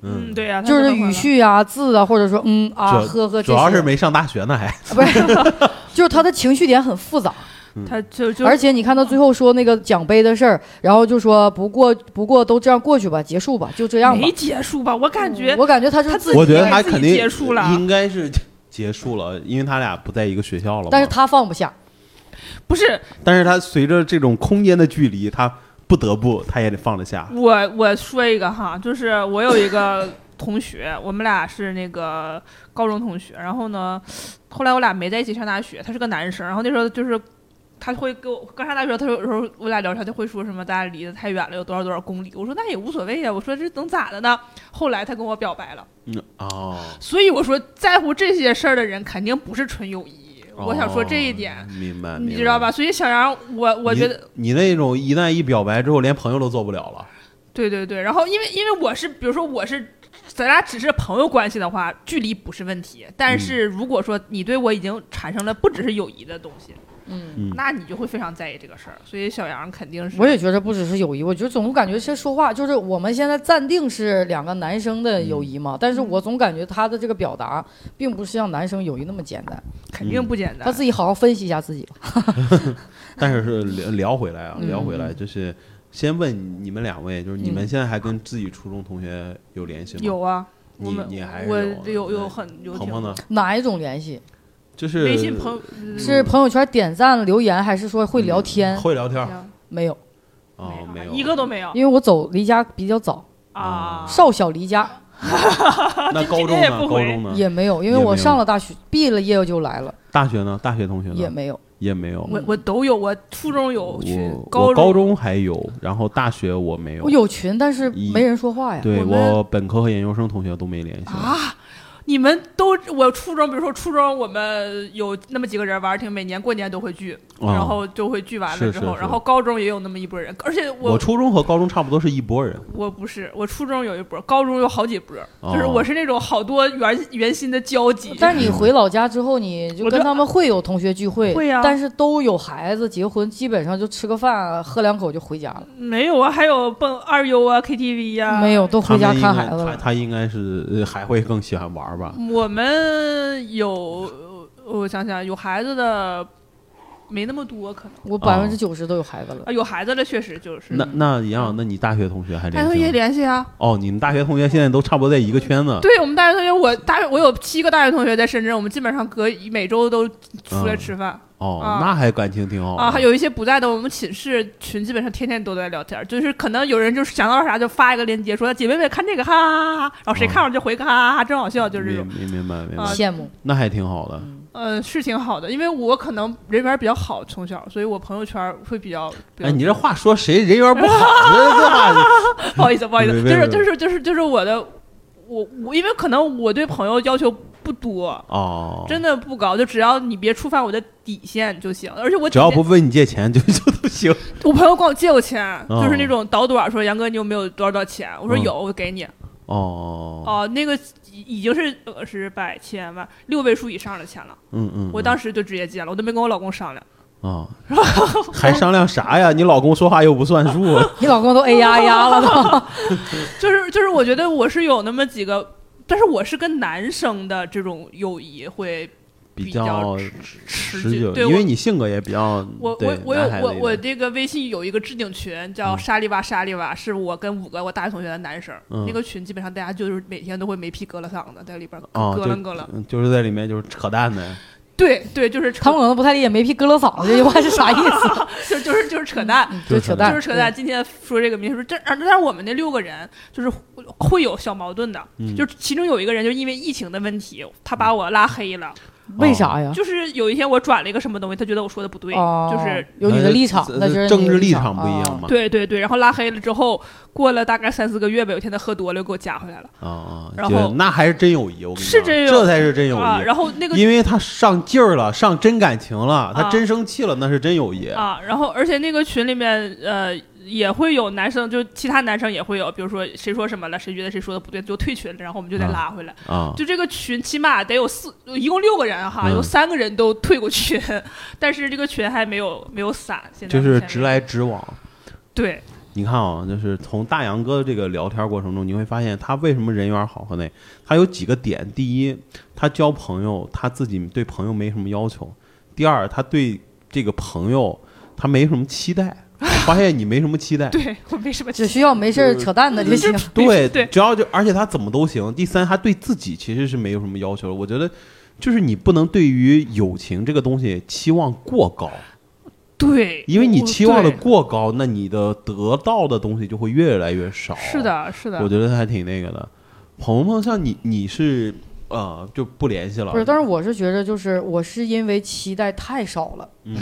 Speaker 3: 嗯，
Speaker 2: 嗯，
Speaker 3: 对呀、他
Speaker 4: 就是
Speaker 3: 这么
Speaker 4: 语
Speaker 3: 回
Speaker 4: 序啊、字啊，或者说嗯啊、
Speaker 2: 主
Speaker 4: 呵呵这些，啊
Speaker 2: 主要是没上大学呢，还
Speaker 4: 不是， 就是他的情绪点很复杂。
Speaker 3: 来，他就就
Speaker 4: 而且你看他最后说那个奖杯的事儿，然后就说不过不过都这样过去吧，结束吧，就这样吧嗯
Speaker 3: 没。结束吧，我感觉
Speaker 4: 我感觉他是
Speaker 3: 他
Speaker 4: 自
Speaker 3: 己
Speaker 2: 我觉得他
Speaker 3: 自己
Speaker 2: 肯定
Speaker 3: 结束了
Speaker 2: 应该是结束了，因为他俩不在一个学校了嘛。
Speaker 4: 但是他放不下，
Speaker 3: 不是
Speaker 2: 但是他随着这种空间的距离，他不得不他也得放得下。
Speaker 3: 我我说一个哈，就是我有一个同学，我们俩是那个高中同学，然后呢，后来我俩没在一起上大学，他是个男生，然后那时候就是。他会跟我刚上大学，他有时候我俩聊天就会说什么大家离得太远了，有多少多少公里。我说那也无所谓呀、我说这能咋的呢？后来他跟我表白了，
Speaker 2: 嗯哦，
Speaker 3: 所以我说在乎这些事儿的人肯定不是纯友谊。我想说这一点
Speaker 2: 哦，，明白，
Speaker 3: 你
Speaker 2: 明
Speaker 3: 知道
Speaker 2: 白？
Speaker 3: 吧？所以小杨，我我觉得嗯
Speaker 2: 你你那种一旦一表白之后，连朋友都做不了了。
Speaker 3: 对对对，然后因为因为我是，比如说我是，咱俩只是朋友关系的话，距离不是问题。
Speaker 2: 嗯
Speaker 3: 但是如果说你对我已经产生了不只是友谊的东西，
Speaker 4: 嗯，
Speaker 2: 嗯
Speaker 3: 那你就会非常在意这个事儿。所以小杨肯定是，
Speaker 4: 我也觉得不只是友谊，我觉得总感觉这说话就是我们现在暂定是两个男生的友谊嘛，但是我总感觉他的这个表达并不是像男生友谊那么简单，
Speaker 3: 肯定
Speaker 2: 嗯
Speaker 3: 不简单。
Speaker 4: 他自己好好分析一下自己吧。
Speaker 2: 但是是聊聊回来啊，
Speaker 4: 嗯
Speaker 2: 聊回来就是先问你们两位，就是你们
Speaker 4: 嗯
Speaker 2: 现在还跟自己初中同学有联系吗？
Speaker 3: 有啊，
Speaker 2: 你
Speaker 3: 我们
Speaker 2: 你还是
Speaker 3: 我
Speaker 2: 有啊
Speaker 3: 有
Speaker 2: 那
Speaker 3: 有很有
Speaker 2: 鹏鹏呢？
Speaker 4: 哪一种联系？
Speaker 2: 就是
Speaker 3: 微信朋嗯友
Speaker 4: 是朋友圈点赞留言，还是说会聊天？
Speaker 2: 会聊天儿
Speaker 3: 啊
Speaker 4: 没有，
Speaker 2: 哦，没有
Speaker 3: 一个都没有
Speaker 4: 因为我走离家比较早，
Speaker 3: 啊。
Speaker 4: 少小离家
Speaker 2: 那高中
Speaker 3: 也
Speaker 2: 呢？
Speaker 3: 不
Speaker 2: 高
Speaker 3: 回
Speaker 2: 中呢？
Speaker 4: 也没有，因为
Speaker 2: 嗯也没有
Speaker 4: 我上了大学，毕了业就来了，
Speaker 2: 大学呢？大学同学呢？
Speaker 4: 也没有。
Speaker 2: 也没有。
Speaker 3: 我我都有，我初中有去
Speaker 2: 我，
Speaker 3: 高
Speaker 2: 我高中还有，然后大学我没有
Speaker 4: 我。有群，但是没人说话呀。
Speaker 2: 对
Speaker 3: 我们
Speaker 2: 我本科和研究生同学都没联系。
Speaker 3: 啊，你们都我初中，比如说初中，我们有那么几个人玩儿挺，每年过年都会聚，
Speaker 2: 啊
Speaker 3: 然后就会聚完了
Speaker 2: 是
Speaker 3: 之
Speaker 2: 是
Speaker 3: 后，
Speaker 2: 是
Speaker 3: 然后高中也有那么一波人，而且
Speaker 2: 我
Speaker 3: 我
Speaker 2: 初中和高中差不多是一拨人。
Speaker 3: 我不是我初中有一波，高中有好几波，
Speaker 2: 哦
Speaker 3: 就是我是那种好多原原心的交集，
Speaker 4: 但是你回老家之后，你就
Speaker 3: 我
Speaker 4: 跟
Speaker 3: 就
Speaker 4: 他们会有同学聚会，
Speaker 3: 会呀啊
Speaker 4: 但是都有孩子结婚，基本上就吃个饭，啊喝两口就回家了，
Speaker 3: 没有啊，还有蹦二 U 啊 KTV 呀、
Speaker 4: 没有，都
Speaker 2: 他
Speaker 4: 回家
Speaker 2: 们应该
Speaker 4: 看孩子
Speaker 2: 他
Speaker 4: 了。
Speaker 2: 他应该是呃还会更喜欢玩吧？
Speaker 3: 我们有我想想有孩子的没那么多，可能
Speaker 4: 我百
Speaker 2: 哦
Speaker 4: 分之九十都有孩子了。
Speaker 3: 啊有孩子的确实就是
Speaker 2: 那那一样，那你大学同学还
Speaker 3: 大学同
Speaker 2: 联系吗？
Speaker 3: 学嗯联系啊。
Speaker 2: 哦，你们大学同学现在都差不多在一个圈子。
Speaker 3: 对我们大学同学，我大学我有七个大学同学在深圳，我们基本上隔一每周都出来吃饭、
Speaker 2: 哦，
Speaker 3: 啊
Speaker 2: 那还感情挺好的
Speaker 3: 啊，还有一些不在的，我们寝室群基本上天天都在聊天，就是可能有人就是想到啥就发一个链接说姐妹们看这个哈哈哈哈，然后谁
Speaker 2: 啊
Speaker 3: 看了就回个哈哈哈哈，真好笑，就是这
Speaker 2: 明
Speaker 3: 种，
Speaker 2: 明明白明白
Speaker 3: 啊，
Speaker 4: 羡慕，
Speaker 2: 那还挺好的。
Speaker 3: 嗯、是挺好的，因为我可能人缘比较好，从小，所以我朋友圈会比较，比较
Speaker 2: 哎，你这话说谁人缘不好？啊 这这话
Speaker 3: 不好意思，不好意思，
Speaker 2: 没
Speaker 3: 就
Speaker 2: 没
Speaker 3: 是
Speaker 2: 没
Speaker 3: 就是就是就是我的，我我因为可能我对朋友要求不多。
Speaker 2: 哦，
Speaker 3: 真的不高，就只要你别触犯我的底线就行。而且我
Speaker 2: 只要
Speaker 3: 底线
Speaker 2: 不问你借钱就就都行。
Speaker 3: 我朋友管我借过钱，
Speaker 2: 哦
Speaker 3: 就是那种倒短说杨哥你有没有多少多少钱？我说
Speaker 2: 嗯
Speaker 3: 有，我给你。
Speaker 2: 哦，
Speaker 3: 哦、那个已已经是呃是百千万六位数以上的钱了，
Speaker 2: 嗯嗯，
Speaker 3: 我当时就直接借了，我都没跟我老公商量。
Speaker 2: 啊，还商量啥呀？你老公说话又不算数。
Speaker 4: 你老公都哎呀呀了都。
Speaker 3: 就是就是，我觉得我是有那么几个，但是我是跟男生的这种友谊会
Speaker 2: 比
Speaker 3: 较
Speaker 2: 较
Speaker 3: 持
Speaker 2: 持久，
Speaker 3: 对
Speaker 2: 因为
Speaker 3: 我。
Speaker 2: 你性格也比较
Speaker 3: 我
Speaker 2: 对
Speaker 3: 我我有
Speaker 2: 男孩子
Speaker 3: 我
Speaker 2: 一
Speaker 3: 我
Speaker 2: 点
Speaker 3: 这个微信有一个置顶群叫
Speaker 2: 嗯
Speaker 3: 沙利瓦沙利瓦，是我跟五个我大学同学的男生，
Speaker 2: 嗯
Speaker 3: 那个群基本上大家就是每天都会没屁疙了嗓子在里边儿
Speaker 2: 哦
Speaker 3: 咯楞咯楞，
Speaker 2: 嗯就是在里面就是扯淡的，
Speaker 3: 对对，就是扯
Speaker 4: 他们可能不太理解“没屁疙瘩嗓子”这句话是啥意
Speaker 3: 就
Speaker 4: 思，
Speaker 3: 就是就是扯淡，
Speaker 4: 就是扯淡，
Speaker 3: 就是扯淡。今天说这个，明天说这，啊但是我们那六个人就是会有小矛盾的，
Speaker 2: 嗯
Speaker 3: 就是其中有一个人就因为疫情的问题，他把我拉黑了。
Speaker 2: 嗯
Speaker 4: 对。为啥呀？
Speaker 3: 就是有一天我转了一个什么东西，他觉得我说的不对，
Speaker 4: 哦
Speaker 3: 就是
Speaker 4: 有你的立场，
Speaker 2: 呃
Speaker 4: 那就是
Speaker 2: 政
Speaker 4: 你的
Speaker 2: 治立
Speaker 4: 场哦
Speaker 2: 场不一样。嘛。
Speaker 3: 啊对对对，然后拉黑了之后，过了大概三四个月吧，有一天他喝多了又给我加回来了
Speaker 2: 啊啊，
Speaker 3: 然
Speaker 2: 就
Speaker 3: 后
Speaker 2: 那还是真友谊，我跟你
Speaker 3: 是
Speaker 2: 讲，
Speaker 3: 真友
Speaker 2: 这才是真友
Speaker 3: 啊，
Speaker 2: 谊。
Speaker 3: 然后那个
Speaker 2: 因为他上劲儿了，上真感情了，他
Speaker 3: 啊
Speaker 2: 真生气了，那是真友谊。
Speaker 3: 啊，然后而且那个群里面，呃，也会有男生，就其他男生也会有，比如说谁说什么了，谁觉得谁说的不对，就退群了，然后我们就再
Speaker 2: 嗯
Speaker 3: 拉回来。
Speaker 2: 啊，
Speaker 3: 就这个群起码得有四，一共六个人哈，
Speaker 2: 嗯
Speaker 3: 有三个人都退过群， 但是这个群还没有没有散，现在
Speaker 2: 就是
Speaker 3: 目前
Speaker 2: 直
Speaker 3: 为止
Speaker 2: 来直往。
Speaker 3: 对，
Speaker 2: 你看啊，就是从大杨哥这个聊天过程中，你会发现他为什么人缘好和那，他有几个点：第一，他交朋友，他自己对朋友没什么要求；第二，他对这个朋友他没什么期待。我发现你没什么期待，
Speaker 3: 对我没什么
Speaker 4: 只需要没事儿扯淡的就行。
Speaker 2: 对
Speaker 3: 对
Speaker 2: 只要就而且他怎么都行。第三，他对自己其实是没有什么要求的。我觉得，就是你不能对于友情这个东西期望过高，
Speaker 3: 对，
Speaker 2: 因为你
Speaker 3: 我
Speaker 2: 期望的
Speaker 3: 对
Speaker 2: 过高，那你的得到的东西就会越来越少。
Speaker 3: 是，的，是的
Speaker 2: 我，觉得还挺那个的。鹏鹏，像你，你是呃就不联系了，
Speaker 4: 不是，但是我是觉得，就是我是因为期待太少了，
Speaker 2: 嗯，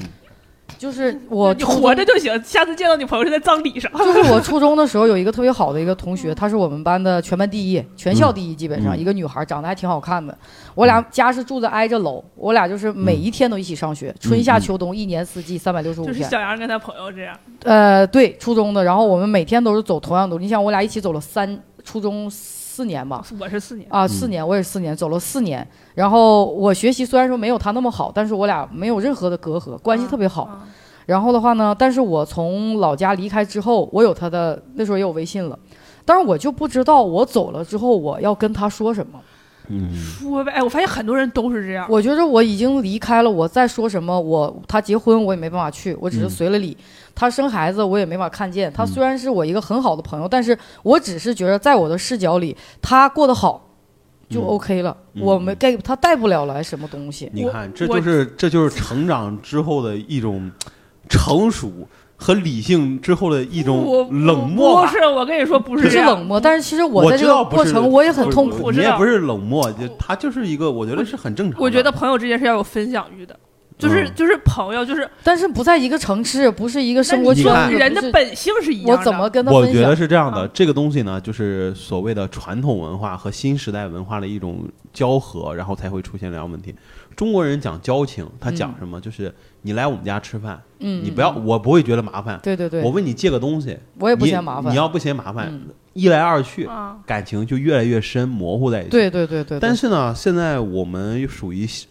Speaker 4: 就是我
Speaker 3: 你
Speaker 4: 初中
Speaker 3: 活着就行，下次见到你朋友是在葬礼上。
Speaker 4: 就是 我初中的时候有一个特别好的一个同学，她是我们班的全班第一，全校第一，基本上、
Speaker 2: 嗯
Speaker 4: 一个女孩，长得还挺好看的。我俩家是住在挨着楼，我俩就是每
Speaker 2: 嗯
Speaker 4: 一天都一起上学，春夏秋冬，一年四季三百六十 五
Speaker 3: 就是
Speaker 4: 天。
Speaker 3: 小杨跟他朋友这样，
Speaker 4: 呃，对，初中的，然后我们每天都是走同样的路。你想，我俩一起走了三初中四年吧，
Speaker 3: 我是四年，
Speaker 4: 啊，四年，我也是四年，走了四年。然后我学习虽然说没有他那么好，但是我俩没有任何的隔阂，关系特别好。
Speaker 3: 啊
Speaker 4: 然后的话呢，但是我从老家离开之后，我有他的那时候也有微信了，但是我就不知道我走了之后我要跟他说什么。
Speaker 2: 嗯，
Speaker 3: 说呗，哎，我发现很多人都是这样，
Speaker 4: 我觉着我已经离开了，我再说什么，我他结婚我也没办法去，我只是
Speaker 2: 嗯
Speaker 4: 随了礼。他生孩子我也没法看见。他虽然是我一个很好的朋友，但是我只是觉得在我的视角里，他过得好就
Speaker 2: 嗯
Speaker 4: OK 了，
Speaker 2: 嗯
Speaker 4: 我们给他带不了来什么东西。
Speaker 2: 你
Speaker 3: 我
Speaker 2: 看，这
Speaker 3: 我
Speaker 2: 就是这就是成长之后的一种成熟和理性之后的一
Speaker 3: 我
Speaker 2: 种冷漠
Speaker 3: 不
Speaker 2: 吧。
Speaker 3: 是，我跟你说不
Speaker 4: 不
Speaker 3: 这
Speaker 4: 是
Speaker 3: 样
Speaker 4: 冷漠，但是其实
Speaker 2: 我
Speaker 4: 在这
Speaker 2: 知
Speaker 4: 个
Speaker 2: 道不
Speaker 4: 过
Speaker 2: 是
Speaker 4: 程我也很痛
Speaker 2: 啊不是
Speaker 4: 苦。
Speaker 3: 我
Speaker 2: 你
Speaker 3: 知
Speaker 2: 也
Speaker 3: 道
Speaker 2: 不是冷漠，就他就是一个，我觉得是很正常的。
Speaker 3: 我觉
Speaker 4: 嗯
Speaker 3: 得朋友之间是要有分享欲的，就是、
Speaker 2: 嗯
Speaker 3: 就是朋友，就是
Speaker 4: 但是不在一个城市，不是一个生活
Speaker 3: 那
Speaker 2: 你
Speaker 3: 你
Speaker 4: 圈
Speaker 3: 说
Speaker 2: 看
Speaker 4: 子，
Speaker 3: 人
Speaker 4: 不
Speaker 3: 的
Speaker 4: 是
Speaker 3: 本性是一样的。
Speaker 4: 我怎么跟他
Speaker 2: 我
Speaker 4: 分
Speaker 2: 觉得
Speaker 4: 享？嗯
Speaker 2: 是这样的
Speaker 3: 啊，
Speaker 2: 这个东西呢，就是所谓的传统文化和新时代文化的一种交合，然后才会出现两种问题。中国人讲交情，他讲
Speaker 4: 嗯
Speaker 2: 什么？就是你来我们家吃饭，
Speaker 4: 嗯，
Speaker 2: 你不要，
Speaker 4: 嗯，
Speaker 2: 我不会觉得麻烦。
Speaker 4: 对对对，
Speaker 2: 我
Speaker 4: 我
Speaker 2: 问你借个东西，
Speaker 4: 也不
Speaker 2: 你
Speaker 4: 嫌麻烦。
Speaker 2: 你要不嫌麻烦
Speaker 4: 嗯，
Speaker 2: 一来二去，
Speaker 3: 啊？
Speaker 2: 感情就越来越深，模糊在一起。
Speaker 4: 对对对对，对
Speaker 2: 但是呢，现在我们属于新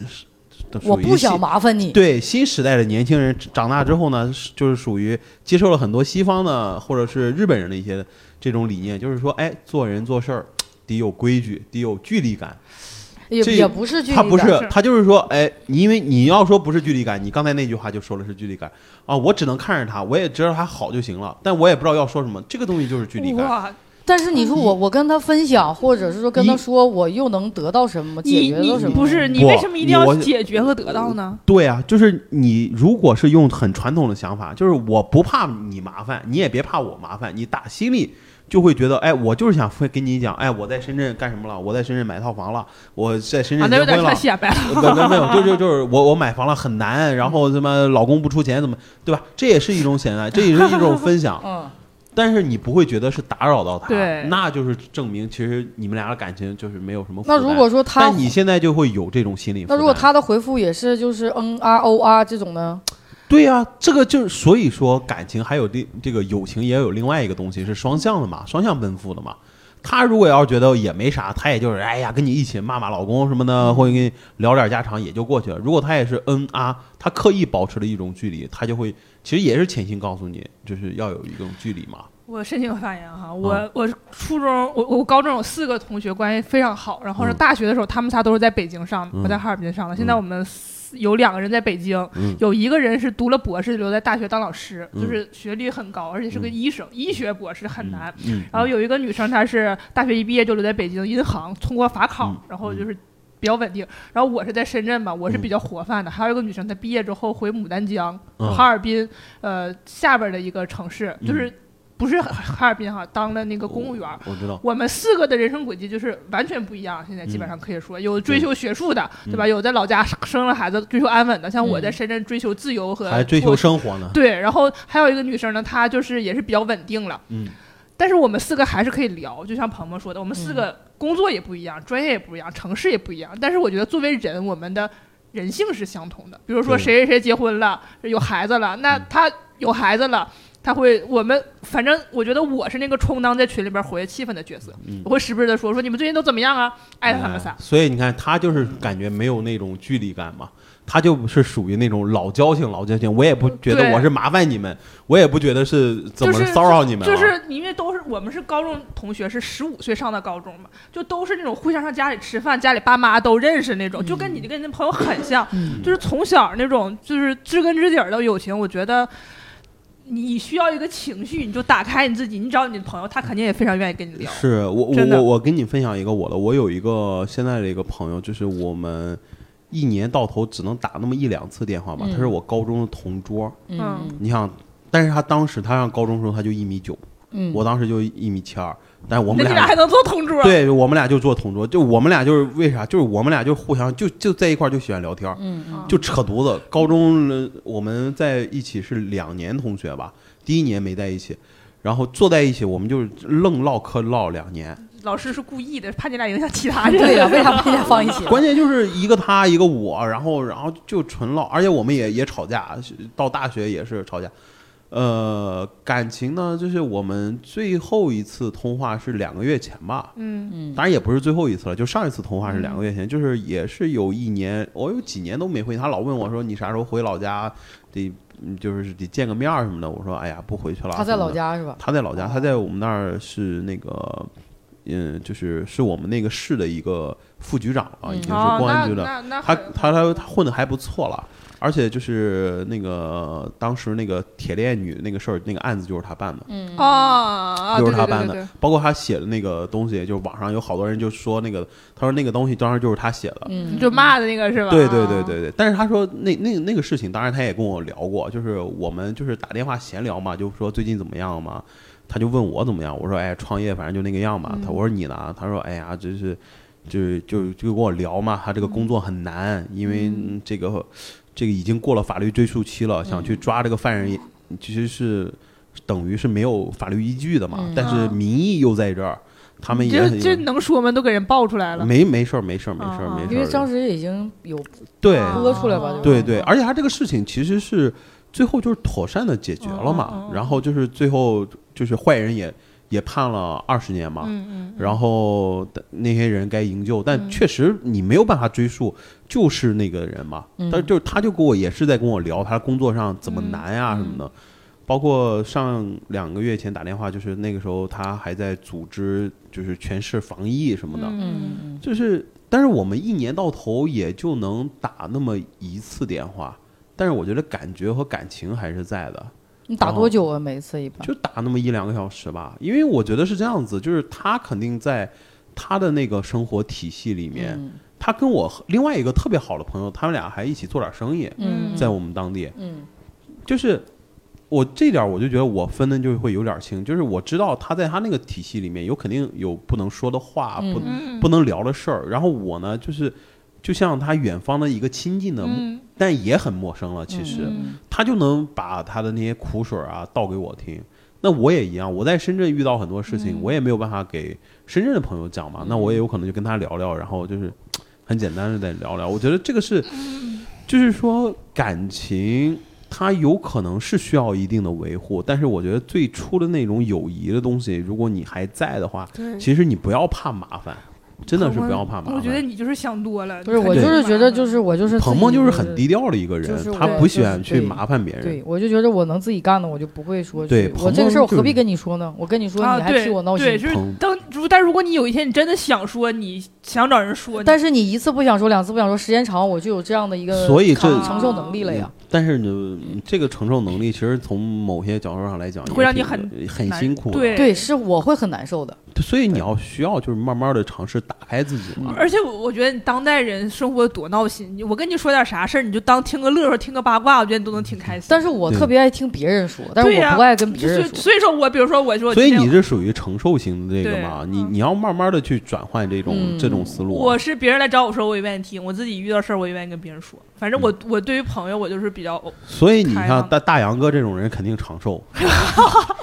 Speaker 4: 我不想。
Speaker 2: 属于新
Speaker 4: 麻烦你。
Speaker 2: 对新时代的年轻人长大之后呢，是就是属于接受了很多西方的或者是日本人的一些这种理念，就是说，哎，做人做事儿得有规矩，得有距离感。
Speaker 4: 也
Speaker 2: 这
Speaker 4: 也不是距离
Speaker 2: 他
Speaker 4: 感，
Speaker 2: 不是
Speaker 3: 是，
Speaker 2: 他就是说，哎，你因为你要说不是距离感，你刚才那句话就说了是距离感啊，我只能看着他，我也知道他好就行了，但我也不知道要说什么，这个东西就是距离感。
Speaker 3: 哇，
Speaker 4: 但是你说我
Speaker 2: 嗯
Speaker 4: 我跟他分享，或者是说跟
Speaker 2: 一
Speaker 4: 他说，我又能得到什么，解
Speaker 3: 你
Speaker 4: 决到什
Speaker 3: 你
Speaker 4: 么？，
Speaker 3: 不是你为什么一定
Speaker 2: 我
Speaker 3: 要
Speaker 2: 我
Speaker 3: 解决和得到呢？
Speaker 2: 对啊，就是你如果是用很传统的想法，就是我不怕你麻烦，你也别怕我麻烦，你打心里就会觉得，哎，我就是想会跟你讲，哎，我在深圳干什么了？我在深圳买套房了，我在深
Speaker 3: 啊，
Speaker 2: 圳
Speaker 3: 那
Speaker 2: 结
Speaker 3: 有
Speaker 2: 婚
Speaker 3: 点
Speaker 2: 了
Speaker 3: 太。显摆了。
Speaker 2: 没没没有，就就就是我我买房了很难，然后他妈老公不出钱怎么对吧？这也是一种显爱，这也是一种分享
Speaker 4: 嗯，
Speaker 2: 但是你不会觉得是打扰到他，
Speaker 3: 对
Speaker 2: 那就是证明其实你们俩的感情就是没有什么负
Speaker 4: 那
Speaker 2: 担。
Speaker 4: 如果说他
Speaker 2: 但，你现在就会有这种心理负担，
Speaker 4: 那如果他的回复也是就是嗯啊哦啊这种呢？
Speaker 2: 对呀、这个就是所以说感情还有另这个友情也有另外一个东西是双向的嘛，双向奔赴的嘛。他如果要是觉得也没啥，他也就是哎呀跟你一起骂骂老公什么的，或者跟你聊点家常也就过去了。如果他也是嗯啊，他刻意保持了一种距离，他就会其实也是潜心告诉你，就是要有一种距离嘛。
Speaker 3: 我申请发言
Speaker 2: 啊
Speaker 3: 哈，我、我初中我我高中有四个同学关系非常好，然后是
Speaker 2: 嗯
Speaker 3: 大学的时候他们仨都是在北京上的，
Speaker 2: 嗯
Speaker 3: 我在哈尔滨上的。现
Speaker 2: 嗯
Speaker 3: 在我们四有两个人在北京，
Speaker 2: 嗯
Speaker 3: 有一个人是读了博士留在大学当老师，
Speaker 2: 嗯
Speaker 3: 就是学历很高，而且是个
Speaker 2: 嗯
Speaker 3: 医生，医学博士很难。
Speaker 2: 嗯，嗯，
Speaker 3: 然后有一个女生，她是大学一毕业就留在北京银行，通过法考
Speaker 2: 嗯，
Speaker 3: 然后就是比较稳定。然后我是在深圳嘛，我是比较活泛的。还有一个女生，她毕业之后回牡丹江、
Speaker 2: 嗯
Speaker 3: 哈尔滨，呃下边的一个城市，
Speaker 2: 嗯
Speaker 3: 就是不是哈尔滨哈，当了那个公务员。
Speaker 2: 我知道，
Speaker 3: 我们四个的人生轨迹就是完全不一样，现在基本
Speaker 2: 嗯
Speaker 3: 上可以说有追求学术的，对吧？有在老家生了孩子追求安稳的，像我在
Speaker 4: 嗯
Speaker 3: 深圳追求自由和
Speaker 2: 还追求
Speaker 3: 脱
Speaker 2: 生活呢。
Speaker 3: 对，然后还有一个女生呢，她就是也是比较稳定了，
Speaker 2: 嗯，
Speaker 3: 但是我们四个还是可以聊，就像鹏鹏说的，我们四
Speaker 2: 嗯
Speaker 3: 个工作也不一样，专业也不一样，城市也不一样。但是我觉得作为人，我们的人性是相同的。比如说
Speaker 2: 对嗯
Speaker 3: 谁谁谁结婚了，有孩子了，那他有孩子了。他会我们反正我觉得我是那个充当在群里边活跃气氛的角色，我会时不时的说说你们最近都怎么样啊，艾特他们
Speaker 2: 嗯
Speaker 3: 仨
Speaker 2: 哎。所以你看，他就是感觉没有那种距离感嘛，他就是属于那种老交情，老交情。我也不觉得
Speaker 3: 对
Speaker 2: 我是麻烦你们，我也不觉得是怎么
Speaker 3: 就是
Speaker 2: 骚扰你们啊了。
Speaker 3: 就是因为都是我们是高中同学，是十五岁上的高中嘛，就都是那种互相上家里吃饭，家里爸妈都认识
Speaker 4: 嗯
Speaker 3: 那种，就跟你跟你那朋友很像，就是从小那种就是知根知底儿的友情，我觉得。你需要一个情绪，你就打开你自己，你找你的朋友，他肯定也非常愿意跟你聊。
Speaker 2: 是我我
Speaker 3: 真的
Speaker 2: 我我跟你分享一个我的，我有一个现在的一个朋友，就是我们一年到头只能打那么一两次电话吧，
Speaker 4: 嗯
Speaker 2: 他是我高中的同桌，
Speaker 3: 嗯
Speaker 2: 你想，但是他当时他上高中的时候他就一米九，
Speaker 4: 嗯，
Speaker 2: 我当时就一米七二，但是我
Speaker 3: 那
Speaker 2: 们
Speaker 3: 你
Speaker 2: 俩
Speaker 3: 俩还能做同桌？啊
Speaker 2: 对我们俩就做同桌，就我们俩就是为啥？就是我们俩就互相就就在一块儿就喜欢聊天儿，
Speaker 4: 嗯嗯
Speaker 3: 嗯，
Speaker 2: 就扯犊子。高中呃我们在一起是两年同学吧，第一年没在一起，然后坐在一起我们就是愣唠嗑唠两年。
Speaker 3: 老师是故意的，怕你俩影响其他人。
Speaker 4: 啊对呀、为啥把人家放一起？
Speaker 2: 关键就是一个他一个我，然后然后就纯唠，而且我们也也吵架，到大学也是吵架。呃，感情呢，就是我们最后一次通话是两个月前吧，
Speaker 3: 嗯，
Speaker 2: 当然也不是最后一次了，就上一次通
Speaker 4: 嗯
Speaker 2: 话是两个月前，就是也是有一年，我有几年都没回，他老问我说你啥时候回老家，得嗯就是得见个面儿什么的。我说哎呀不回去了。
Speaker 4: 他在老，家哦是吧？
Speaker 2: 他在老家，他在我们那儿是那个，嗯，就是是我们那个市的一个副局长了，
Speaker 4: 嗯
Speaker 2: 已经
Speaker 3: 哦
Speaker 2: 是公安局的。
Speaker 3: 那那那
Speaker 2: 他
Speaker 3: 很
Speaker 2: 他他他混的还不错了，而且就是那个当时那个铁链女那个事儿，那个案子就是他办的。
Speaker 4: 嗯
Speaker 3: 啊，啊，
Speaker 2: 就是
Speaker 3: 对
Speaker 2: 他
Speaker 3: 对对
Speaker 2: 办
Speaker 3: 对
Speaker 2: 的
Speaker 3: 对，
Speaker 2: 包括他写的那个东西，就是网上有好多人就说那个，他说那个东西当时就是他写的，
Speaker 4: 嗯，
Speaker 3: 就骂的那个是吧？
Speaker 2: 对对对对对。但是他说那那那个事情，当然他也跟我聊过，就是我们就是打电话闲聊嘛，就说最近怎么样嘛，他就问我怎么样，我说哎创业反正就那个样
Speaker 3: 嗯
Speaker 2: 嘛，他我说你呢？他说哎呀就是。就是就就跟我聊嘛，他这个工作很难，
Speaker 3: 嗯
Speaker 2: 因为这个这个已经过了法律追诉期
Speaker 3: 嗯
Speaker 2: 了，想去抓这个犯人也其实是等于是没有法律依据的嘛，
Speaker 4: 嗯
Speaker 2: 但是
Speaker 3: 啊
Speaker 2: 民意又在这儿，他们也
Speaker 3: 这
Speaker 2: 很
Speaker 3: 这能说吗？都给人爆出来了。
Speaker 2: 没没事儿没事儿没事儿
Speaker 3: 啊啊
Speaker 2: 没事儿，
Speaker 4: 因为当时已经有
Speaker 2: 对
Speaker 3: 啊
Speaker 4: 播出来吧，就
Speaker 2: 对对，而且他这个事情其实是最后就是妥善的解决了
Speaker 3: 嗯嗯
Speaker 2: 嘛，
Speaker 3: 嗯
Speaker 2: 然后就是最后就是坏人也也判了二十年嘛，
Speaker 3: 嗯嗯，
Speaker 2: 然后那些人该营救，但
Speaker 3: 嗯
Speaker 2: 确实你没有办法追溯，就是那个人嘛。
Speaker 4: 嗯
Speaker 2: 但就是他就跟我也是在跟我聊他工作上怎么
Speaker 3: 嗯
Speaker 2: 难呀、什么的，包括上两个月前打电话，就是那个时候他还在组织就是全市防疫什么的，
Speaker 3: 嗯，
Speaker 4: 嗯
Speaker 2: 就是但是我们一年到头也就能打那么一次电话，但是我觉得感觉和感情还是在的。
Speaker 4: 你打多久啊？每一次一般
Speaker 2: 就打那么一两个小时吧，因为我觉得是这样子，就是他肯定在他的那个生活体系里面，
Speaker 4: 嗯
Speaker 2: 他跟我和另外一个特别好的朋友，他们俩还一起做点生意，
Speaker 4: 嗯，
Speaker 2: 在我们当地，
Speaker 4: 嗯
Speaker 2: 就是我这点儿我就觉得我分的就会有点儿清，就是我知道他在他那个体系里面有肯定有不能说的话，
Speaker 4: 嗯
Speaker 2: 不
Speaker 3: 嗯，
Speaker 2: 不能聊的事儿，然后我呢就是。就像他远方的一个亲近的，
Speaker 3: 嗯
Speaker 2: 但也很陌生了。其实，
Speaker 3: 嗯
Speaker 2: 他就能把他的那些苦水啊倒给我听。那我也一样，我在深圳遇到很多事情，我也没有办法给深圳的朋友讲嘛。那我也有可能就跟他聊聊，然后就是很简单的再聊聊。我觉得这个是，就是说感情它有可能是需要一定的维护，但是我觉得最初的那种友谊的东西，如果你还在的话，
Speaker 3: 对
Speaker 2: 其实你不要怕麻烦，真的是不要怕麻烦。
Speaker 3: 嗯我觉得你啊就是想多了。
Speaker 4: 不是，我
Speaker 2: 对
Speaker 4: 就是觉得，就是我就是自己
Speaker 2: 鹏鹏就是很低调的一个人，
Speaker 4: 就是
Speaker 2: 他
Speaker 4: 我
Speaker 2: 不
Speaker 4: 就
Speaker 2: 喜欢
Speaker 4: 是
Speaker 2: 去
Speaker 4: 对
Speaker 2: 麻烦别人。
Speaker 4: 对，我就觉得我能自己干的，我就不会说去
Speaker 2: 对
Speaker 4: 我这个事儿我
Speaker 2: 朋友就是
Speaker 4: 何必跟你说呢？我跟你说，
Speaker 3: 啊，
Speaker 4: 你还
Speaker 3: 对
Speaker 4: 替我闹
Speaker 3: 对，
Speaker 4: 心。
Speaker 3: 就是
Speaker 2: 疼
Speaker 3: 当如但如果你有一天你真的想说，你想找人说，
Speaker 4: 但是你一次不想说，两次不想说，时间长我就有这样的一个
Speaker 2: 所以这
Speaker 4: 抗承受能力了呀。
Speaker 2: 嗯但是呢，这个承受能力其实从某些角度上来讲，
Speaker 3: 会让你
Speaker 2: 也挺
Speaker 3: 很
Speaker 2: 很
Speaker 3: 难
Speaker 2: 辛苦的。
Speaker 3: 对
Speaker 4: 对，是我会很难受的。
Speaker 2: 所以你要需要就是慢慢的嗯尝试打开自己嘛。
Speaker 3: 嗯而且我我觉得你当代人生活多闹心，你我跟你说点啥事儿，你就当听个乐呵，听个八卦，我觉得你都能挺开心。
Speaker 4: 但是我
Speaker 2: 对
Speaker 4: 特别爱听别人说，但是
Speaker 3: 对呀
Speaker 4: 我不爱跟别
Speaker 3: 就所
Speaker 4: 人
Speaker 3: 以
Speaker 4: 说。
Speaker 3: 所以说我比如说我说，
Speaker 2: 所以
Speaker 3: 今天
Speaker 2: 你是属于承受型的这个嘛？
Speaker 3: 对嗯
Speaker 2: 你你要慢慢的去转换这种
Speaker 4: 嗯
Speaker 2: 这种种思路啊。
Speaker 3: 我是别人来找我说，我也愿意听；我自己遇到事儿，我也愿意跟别人说。反正我、
Speaker 2: 嗯
Speaker 3: 我对于朋友，我就是比较
Speaker 2: 所以你
Speaker 3: 开
Speaker 2: 看
Speaker 3: 放
Speaker 2: 大大杨哥这种人肯定长 寿，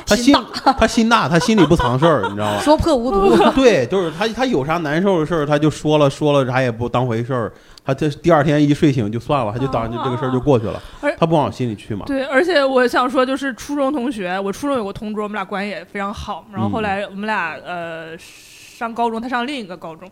Speaker 2: 他心 他心大，他心里不藏事儿，你知道 吗？
Speaker 4: 说破无毒。
Speaker 2: 对，就是他他有啥难受的事儿，他就说了说了，啥也不当回事儿，他这第二天一睡醒就算了，他就当就这个事儿就过去了
Speaker 3: 啊而，
Speaker 2: 他不往心里去嘛。
Speaker 3: 对，而且我想说，就是初中同学，我初中有个同桌，我们俩关系也非常好。然
Speaker 2: 嗯
Speaker 3: 后后来我们俩、呃上高中，他上另一个高中。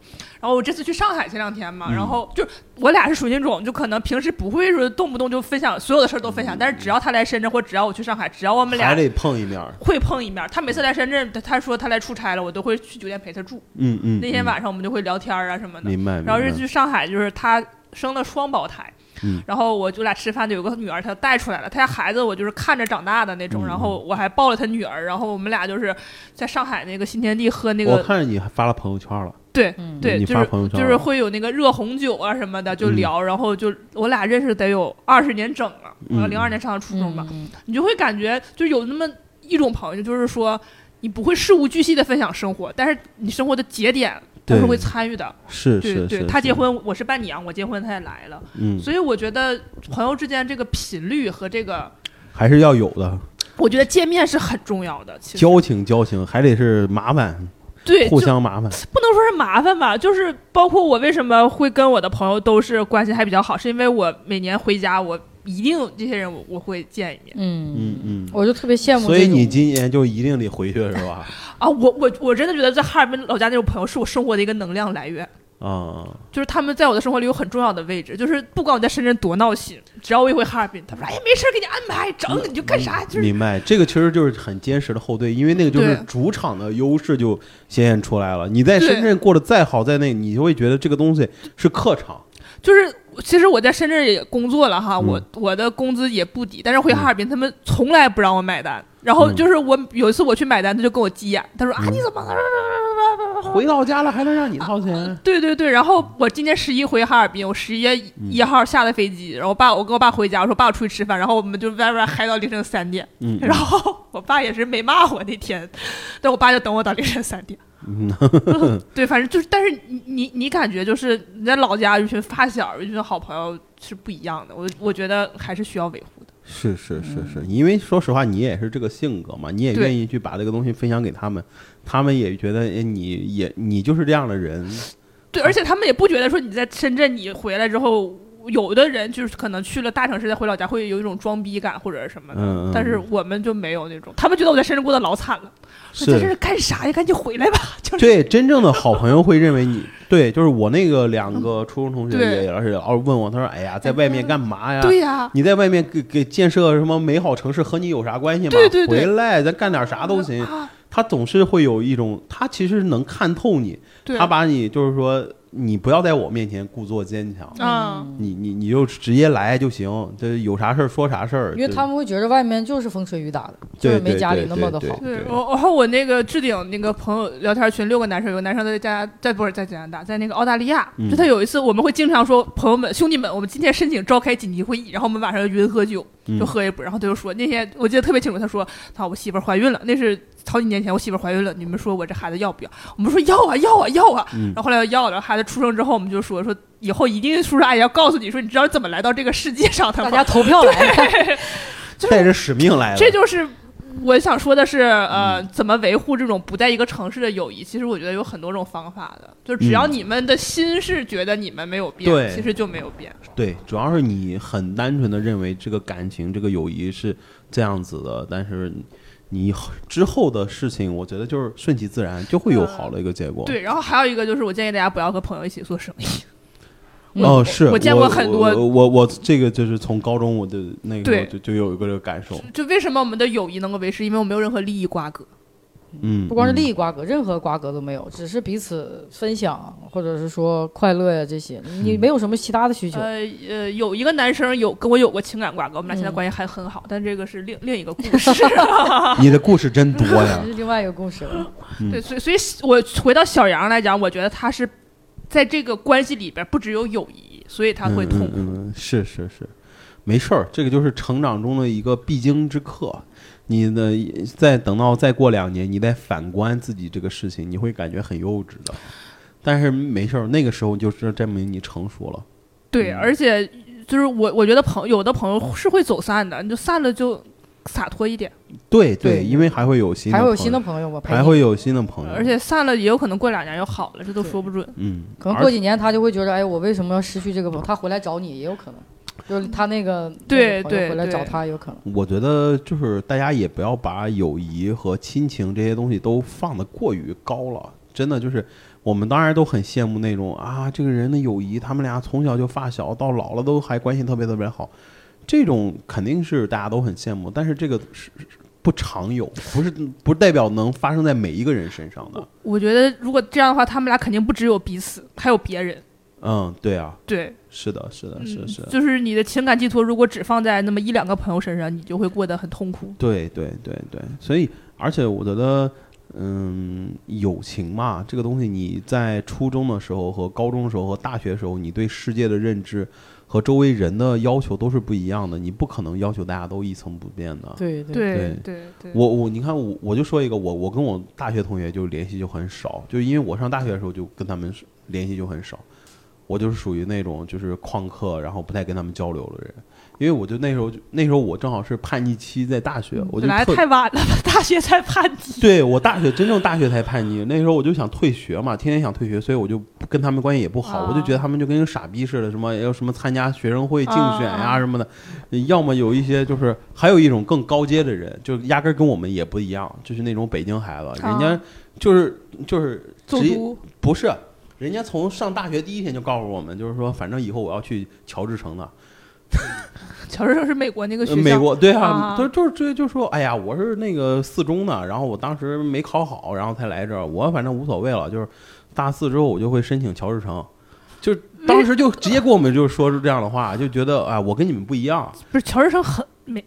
Speaker 3: 然后我这次去上海前两天嘛，
Speaker 2: 嗯
Speaker 3: 然后就我俩是属于那种，就可能平时不会说动不动就分享所有的事儿都分享，但是只要他来深圳或只要我去上海，只要我们
Speaker 2: 嗯还
Speaker 3: 俩
Speaker 2: 得碰一面儿，
Speaker 3: 会碰一面儿，他每次来深圳，他他说他来出差了，我都会去酒店陪他住。
Speaker 2: 嗯嗯。
Speaker 3: 那天
Speaker 2: 嗯
Speaker 3: 晚上我们就会聊天儿啊什么的。
Speaker 2: 明白，明
Speaker 3: 然后
Speaker 2: 白
Speaker 3: 是去上海，就是他生了双胞胎，
Speaker 2: 嗯
Speaker 3: 然后我就俩吃饭，就有个女儿，她带出来了，他家孩子我就是看着长大的那种，
Speaker 2: 嗯
Speaker 3: 然后我还抱了他女儿，然后我们俩就是在上海那个新天地喝那
Speaker 2: 我
Speaker 3: 个，
Speaker 2: 看你还发了朋友圈了，
Speaker 3: 对
Speaker 4: 嗯
Speaker 3: 对，
Speaker 2: 你
Speaker 3: 就
Speaker 2: 发
Speaker 3: 是
Speaker 2: 朋友圈
Speaker 3: 就是
Speaker 2: 了
Speaker 3: 会有那个热红酒啊什么的就聊，然后就我俩认识得有二十年整了，呃
Speaker 2: 嗯
Speaker 3: 我零二年上的初中吧，
Speaker 4: 嗯
Speaker 3: 你就会感觉就有那么一种朋友，就是说你不会事无巨细的分享生活，但是你生活的节点。他是
Speaker 2: 对
Speaker 3: 会参与的，
Speaker 2: 是
Speaker 3: 对
Speaker 2: 是
Speaker 3: 对，
Speaker 2: 是，
Speaker 3: 他结
Speaker 2: 是，
Speaker 3: 婚，我是伴啊娘，我结婚他也来了，
Speaker 2: 嗯，
Speaker 3: 所以我觉得朋友之间这个频率和这个，
Speaker 2: 还是要有的，
Speaker 3: 我觉得见面是很重要的。其实
Speaker 2: 交情交情，还得是麻烦，
Speaker 3: 对，
Speaker 2: 互
Speaker 3: 就
Speaker 2: 相麻烦，
Speaker 3: 不能说是麻烦吧，就是包括我为什么会跟我的朋友都是关系还比较好，是因为我每年回家，我一定这些人我我会见一面
Speaker 4: 嗯
Speaker 2: 嗯嗯。
Speaker 4: 我就特别羡慕
Speaker 2: 所
Speaker 4: 这
Speaker 2: 以
Speaker 4: 种。
Speaker 2: 你今年就一定得回去是吧？
Speaker 3: 啊。我我我真的觉得在哈尔滨老家那种朋友是我生活的一个能量来源，
Speaker 2: 啊、
Speaker 3: 就是他们在我的生活里有很重要的位置，就是不管我在深圳多闹心，只要我一回哈尔滨，他们说哎呀没事儿给你安排，整
Speaker 2: 嗯
Speaker 3: 你就干啥， 就是
Speaker 2: 明白，这个其实就是很坚实的后盾，因为那个就是
Speaker 3: 对
Speaker 2: 主场的优势就显现出来了。你在深
Speaker 3: 对
Speaker 2: 圳过得再好，在那你就会觉得这个东西是客场，
Speaker 3: 就是其实我在深圳也工作了哈，
Speaker 2: 嗯
Speaker 3: 我我的工资也不低，但是回哈尔滨他们从来不让我买单。然后
Speaker 2: 嗯
Speaker 3: 就是我有一次我去买单，他就跟我急眼，他说啊你怎么了？
Speaker 2: 回老家了还能让你掏钱？
Speaker 3: 对对对，然后我今年十一回哈尔滨，我十一月
Speaker 2: 嗯
Speaker 3: 一号下的飞机，然后我爸我跟我爸回家，我说爸我出去吃饭，然后我们就外边嗨到凌晨三点，
Speaker 2: 嗯，
Speaker 3: 然后我爸也是没骂我那天，但我爸就等我到凌晨三点。
Speaker 2: 嗯
Speaker 3: 对，反正就是，但是你你你感觉就是你在老家有一群发小，有一群好朋友是不一样的。我我觉得还是需要维护的。
Speaker 2: 是是是是，因为说实话，你也是这个性格嘛，你也
Speaker 3: 嗯对
Speaker 2: 愿意去把这个东西分享给他们，他们也觉得哎，你也你就是这样的人，
Speaker 3: 对，而且他们也不觉得说你在深圳你回来之后，有的人就是可能去了大城市再回老家会有一种装逼感或者什么的，
Speaker 2: 嗯嗯
Speaker 3: 但是我们就没有那种，他们觉得我在深圳过得老惨了，说在这
Speaker 2: 是
Speaker 3: 儿干啥呀？赶紧回来吧，就是
Speaker 2: 对真正的好朋友会认为你 对，就是我那个两个初中同学
Speaker 3: 对
Speaker 2: 也老是老问我，他说哎呀，在外面干嘛哎呀？
Speaker 3: 对呀、
Speaker 2: 你在外面给给建设什么美好城市和你有啥关系吗？
Speaker 3: 对对对
Speaker 2: 回来咱干点啥都行。
Speaker 3: 啊，
Speaker 2: 他总是会有一种，他其实能看透你，
Speaker 3: 对，啊
Speaker 2: 他把你就是说，你不要在我面前故作坚强，
Speaker 3: 嗯。
Speaker 2: 你你你就直接来就行，这有啥事儿说啥事儿。
Speaker 4: 因为
Speaker 2: 就
Speaker 4: 他们会觉得外面就是风吹雨打的，就是
Speaker 2: 对
Speaker 4: 没
Speaker 2: 对
Speaker 4: 家里
Speaker 2: 对
Speaker 4: 那么的
Speaker 2: 对
Speaker 4: 好。
Speaker 3: 对，我然后我那个置顶那个朋友聊天群六个男生，有个男生在加拿在不是在加拿大，在那个澳大利亚。
Speaker 2: 嗯
Speaker 3: 就他有一次，我们会经常说朋友们兄弟们，我们今天申请召开紧急会议，然后我们晚上云喝酒，就
Speaker 2: 嗯
Speaker 3: 喝一波。然后他就说那天我记得特别清楚，他说操我媳妇儿怀孕了，那是好几年前我媳妇儿怀孕了，你们说我这孩子要不要？我们说要啊要啊要啊。
Speaker 2: 嗯
Speaker 3: 然后后来要了，孩子出生之后，我们就说说以后一定叔叔阿姨要告诉你说你知道怎么来到这个世界上的
Speaker 4: 大
Speaker 3: 吗？
Speaker 4: 家投票来，
Speaker 2: 带着使命来了。嗯
Speaker 3: 这就是我想说的是，呃，怎么维护这种不在一个城市的友谊？其实我觉得有很多种方法的，就只要
Speaker 2: 嗯
Speaker 3: 你们的心是觉得你们没有变，
Speaker 2: 对
Speaker 3: 其实就没有变。
Speaker 2: 对，主要是你很单纯的认为这个感情、这个友谊是这样子的，但是你之后的事情，我觉得就是顺其自然，就会有好的一个结果。
Speaker 3: 嗯对，然后还有一个就是，我建议大家不要和朋友一起 做生意。
Speaker 2: 哦，是
Speaker 3: 我见过很多
Speaker 2: 我我我这个就是从高中我就那个时候
Speaker 3: 对
Speaker 2: 就就有一个这个感受，
Speaker 3: 就为什么我们的友谊能够维持？因为我们没有任何利益瓜葛。
Speaker 2: 嗯，
Speaker 4: 不光是
Speaker 2: 益，
Speaker 4: 利益瓜葛，任何瓜葛都没有，只是彼此分享或者是说快乐呀这些，
Speaker 2: 嗯
Speaker 4: 你没有什么其他的需求。
Speaker 3: 呃呃，有一个男生有跟我有过情感瓜葛，我们俩现在
Speaker 4: 嗯
Speaker 3: 关系还很好，但这个是另另一个故 事。
Speaker 2: 你的故事真多呀
Speaker 4: 这，是另外一个故事了。
Speaker 3: 对，所以所以我回到小杨来讲，我觉得他是在这个关系里边不只有友谊，所以他会痛
Speaker 2: 嗯
Speaker 3: 苦。
Speaker 2: 嗯嗯，是是是，没事儿，这个就是成长中的一个必经之课。你的再等到再过两年，你再反观自己这个事情，你会感觉很幼稚的。但是没事儿，那个时候就是证明你成熟了。
Speaker 3: 对，
Speaker 2: 嗯
Speaker 3: 而且就是我我觉得朋有的朋友是会走散的，你就散了就洒脱一点，
Speaker 2: 对
Speaker 4: 对
Speaker 2: 因为还会有新的
Speaker 4: 还
Speaker 2: 朋
Speaker 4: 会
Speaker 2: 友，
Speaker 4: 有新的朋友吗？陪你
Speaker 2: 还会有新的朋友，
Speaker 3: 而且散了也有可能过两年又好了，这都
Speaker 4: 对
Speaker 3: 说不准。
Speaker 2: 嗯，
Speaker 4: 可能
Speaker 2: 而
Speaker 4: 过几年他就会觉得，哎，我为什么要失去这个朋友？他回来找你也有可能，就是他那个
Speaker 3: 对
Speaker 4: 那个朋友
Speaker 3: 对
Speaker 4: 回来找
Speaker 3: 对
Speaker 4: 他也有可能。
Speaker 2: 我觉得就是大家也不要把友谊和亲情这些东西都放得过于高了，真的就是我们当然都很羡慕那种啊，这个人的友谊，他们俩从小就发小，到老了都还关系特别特别好，这种肯定是大家都很羡慕，但是这个是。是不常有，不是不代表能发生在每一个人身上的。
Speaker 3: 我觉得如果这样的话，他们俩肯定不只有彼此，还有别人。
Speaker 2: 嗯，对啊，
Speaker 3: 对，
Speaker 2: 是的，是的，啊是
Speaker 3: 嗯
Speaker 2: 是，
Speaker 3: 就是你的情感寄托如果只放在那么一两个朋友身上，你就会过得很痛苦。
Speaker 2: 对对对对，所以而且我觉得，嗯，友情嘛，这个东西你在初中的时候和高中的时候和大学的时候，你对世界的认知和周围人的要求都是不一样的，你不可能要求大家都一成不变的。
Speaker 4: 对对
Speaker 3: 对对对，
Speaker 2: 我我你看我我就说一个我我跟我大学同学就联系就很少，就因为我上大学的时候就跟他们是联系就很少，我就是属于那种就是旷课，然后不太跟他们交流的人，因为我就那时候就那时候我正好是叛逆期，在大学我就
Speaker 3: 嗯本来
Speaker 2: 特
Speaker 3: 太晚了，大学才叛逆。
Speaker 2: 对我大学真正大学才叛逆，那时候我就想退学嘛，天天想退学，所以我就不跟他们关系也不好，
Speaker 3: 啊
Speaker 2: 我就觉得他们就跟个傻逼似的，什么要什么参加学生会竞选呀、
Speaker 3: 啊
Speaker 2: 什么的，要么有一些就是还有一种更高阶的人，就压根儿跟我们也不一样，就是那种北京孩子，人家
Speaker 3: 啊
Speaker 2: 就是就是
Speaker 3: 走
Speaker 2: 职业
Speaker 3: 读
Speaker 2: 不是，人家从上大学第一天就告诉我们，就是说反正以后我要去乔治城的，
Speaker 3: 乔治城是美国那个
Speaker 2: 呃
Speaker 3: 学校，
Speaker 2: 美国对啊
Speaker 3: 啊，
Speaker 2: 就就是直接就说，哎呀，我是那个四中的，然后我当时没考好，然后才来这儿，我反正无所谓了，就是大四之后我就会申请乔治城，就
Speaker 3: 嗯
Speaker 2: 当时就直接跟我们就说出这样的话，就觉得啊、哎我跟你们不一样，
Speaker 3: 不是乔治城很美，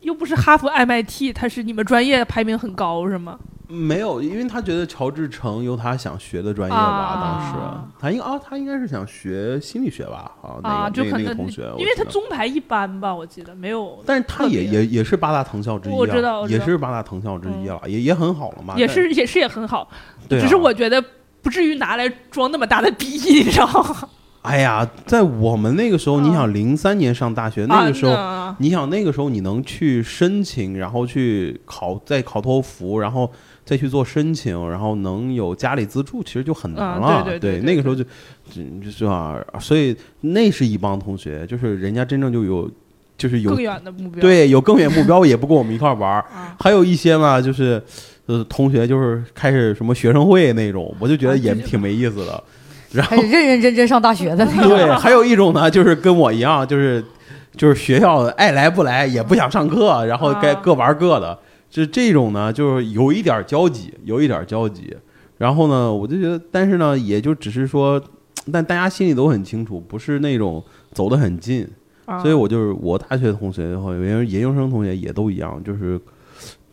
Speaker 3: 又不是哈佛 MIT，它是你们专业排名很高是吗？
Speaker 2: 没有，因为他觉得乔治城有他想学的专业吧，
Speaker 3: 啊
Speaker 2: 当时他应啊，他应该是想学心理学吧，啊，那个、
Speaker 3: 啊，就
Speaker 2: 那
Speaker 3: 可
Speaker 2: 个那
Speaker 3: 能
Speaker 2: 个同学，
Speaker 3: 因为他
Speaker 2: 我记得
Speaker 3: 中排一般吧，我记得没有，
Speaker 2: 但是他也
Speaker 3: 特别
Speaker 2: 也也是八大藤校之一、啊，
Speaker 3: 我知道我知
Speaker 2: 也
Speaker 3: 道嗯
Speaker 2: 是八大藤校之一了，也也很好了嘛，
Speaker 3: 也
Speaker 2: 但，
Speaker 3: 是也是也很好，
Speaker 2: 对啊
Speaker 3: 只是我觉得不至于拿来装那么大的鄙夷，你知道 吗？
Speaker 2: 哎呀，在我们那个时候，
Speaker 3: 嗯
Speaker 2: 你想零三年上大学、那个时候，
Speaker 3: 啊
Speaker 2: 你想那个时候你能去申请，然后去考再考托福，然后再去做申请，然后能有家里资助，其实就很难
Speaker 3: 嗯
Speaker 2: 了。
Speaker 3: 对对对对
Speaker 2: 那个时候就就就是吧，所以那是一帮同学，就是人家真正就有就是有
Speaker 3: 更远的目标，
Speaker 2: 对有更远目标，也不跟我们一块儿玩儿。
Speaker 3: 啊，
Speaker 2: 还有一些嘛，就是呃同学就是开始什么学生会那种，我就觉得
Speaker 3: 啊
Speaker 2: 也
Speaker 3: 就是
Speaker 2: 挺没意思的。然后
Speaker 4: 开始认认真真上大学的 那种。
Speaker 2: 对，还有一种呢，就是跟我一样，就是就是学校爱来不来，也不想上课，然后该
Speaker 3: 啊
Speaker 2: 各玩各的。就这种呢，就是有一点交集，有一点交集。然后呢，我就觉得，但是呢，也就只是说，但大家心里都很清楚，不是那种走得很近。
Speaker 3: 啊
Speaker 2: 所以我就是我大学同学和研研究生同学也都一样，就是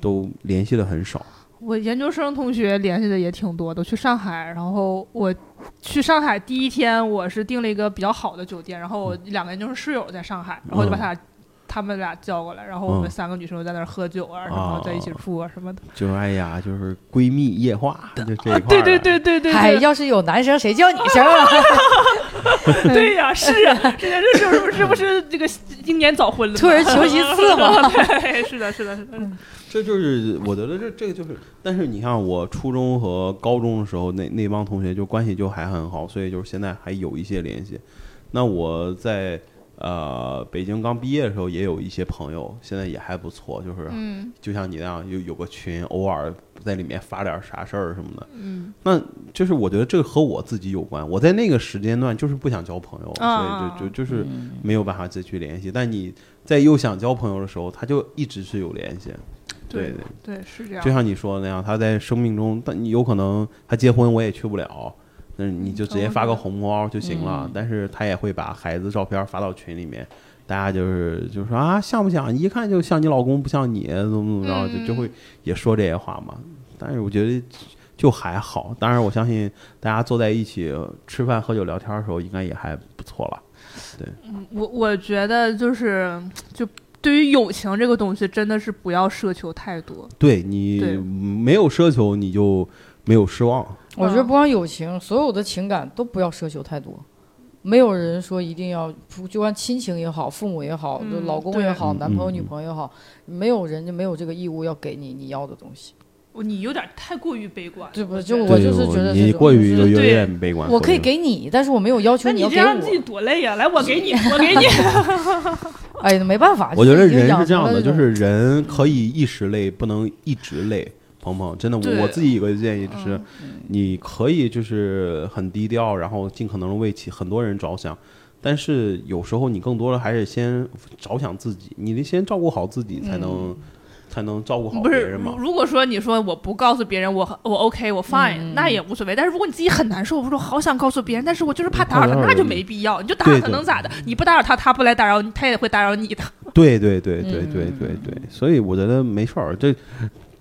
Speaker 2: 都联系的很少。
Speaker 3: 我研究生同学联系的也挺多的，去上海，然后我去上海第一天，我是订了一个比较好的酒店，然后我两个研究生室友在上海，然后我就把他俩、他们俩叫过来，然后我
Speaker 2: 嗯
Speaker 3: 们三个女生就在那儿喝酒啊，什么在一起住啊什么的。啊
Speaker 2: 就是哎呀，就是闺蜜夜话，就这一块、
Speaker 3: 对对。对对对，
Speaker 4: 哎，
Speaker 3: 对
Speaker 4: 要是有男生，谁叫女生啊？
Speaker 3: 对呀、是啊，这件事是不是不是这个英年早婚了？
Speaker 4: 退而求其次嘛。
Speaker 3: 对，是的，是的，是的。
Speaker 2: 这就是我觉得这这个就是，但是你看我初中和高中的时候，那那帮同学就关系就还很好，所以就是现在还有一些联系。那我在呃北京刚毕业的时候，也有一些朋友，现在也还不错，就是、
Speaker 3: 嗯
Speaker 2: 就像你那样有有个群，偶尔在里面发点啥事儿什么的。
Speaker 3: 嗯，
Speaker 2: 那就是我觉得这和我自己有关，我在那个时间段就是不想交朋友，
Speaker 3: 啊
Speaker 2: 所以就就就是没有办法再去联系。但你在又想交朋友的时候，他就一直是有联系。对
Speaker 3: 对
Speaker 2: 对，
Speaker 3: 对，是这样
Speaker 2: 就。像你说的那样，他在生命中，但你有可能他结婚我也去不了，那你就直接发个红包就行了。
Speaker 4: 哦嗯
Speaker 2: 但是他也会把孩子照片发到群里面，大家就是就说啊像不像？一看就像你老公，不像你，怎么怎么着，就就
Speaker 4: 嗯
Speaker 2: 会也说这些话嘛。但是我觉得就还好，当然我相信大家坐在一起吃饭、喝酒、聊天的时候，应该也还不错了。
Speaker 3: 我我觉得就是就对于友情这个东西，真的是不要奢求太多。
Speaker 2: 对你
Speaker 3: 对
Speaker 2: 没有奢求，你就没有失望。
Speaker 4: 我觉
Speaker 3: 嗯
Speaker 4: 得不光友情，所有的情感都不要奢求太多。没有人说一定要，不就按亲情也好，父母也好，
Speaker 3: 嗯
Speaker 4: 就老公也好，
Speaker 2: 对
Speaker 4: 男朋友、
Speaker 2: 嗯嗯
Speaker 4: 女朋友也好，没有人就没有这个义务要给你你要的东西。
Speaker 3: 我哦你有点太过于悲观了，
Speaker 4: 对不
Speaker 3: 我觉
Speaker 4: 就
Speaker 3: 得
Speaker 4: 我就是觉得这
Speaker 2: 你
Speaker 4: 种
Speaker 2: 过于
Speaker 3: 就
Speaker 2: 有
Speaker 3: 是
Speaker 2: 有
Speaker 3: 对
Speaker 2: 点悲观。
Speaker 4: 我可以
Speaker 2: 否则
Speaker 4: 给你，但是我没有要求
Speaker 3: 那你
Speaker 4: 要
Speaker 3: 这
Speaker 4: 给
Speaker 3: 样自己
Speaker 4: 我。
Speaker 3: 多累呀、来，我给你，我给你。
Speaker 4: 哎呀，没办法，
Speaker 2: 我觉得
Speaker 4: 就是已经
Speaker 2: 人
Speaker 4: 养
Speaker 2: 是这样
Speaker 4: 成了
Speaker 2: 的，就
Speaker 4: 种
Speaker 2: 是人可以一时累，不能一直累。鹏鹏，真的，
Speaker 3: 对
Speaker 2: 我我自己有个建议就是，你可以就是很低调，然后尽可能的为其很多人着想。但是有时候你更多的还是先着想自己，你得先照顾好自己，才能、才能照顾好
Speaker 3: 不
Speaker 2: 别
Speaker 3: 是，
Speaker 2: 人嘛
Speaker 3: 如。如果说你说我不告诉别人我很我 OK 我 fine，、那
Speaker 4: 嗯
Speaker 3: 也无所谓。但是如果你自己很难受，我说好想告诉别人，但是我就是怕打扰
Speaker 2: 怕
Speaker 3: 他，
Speaker 2: 打扰
Speaker 3: 那就
Speaker 2: 你
Speaker 3: 没必要。你就打
Speaker 2: 对
Speaker 3: 扰他
Speaker 2: 对
Speaker 3: 能咋的？你不打扰他，他不来打扰你，他也会打扰你的。
Speaker 2: 对对对对
Speaker 4: 嗯
Speaker 2: 对对对，所以我觉得没事儿，这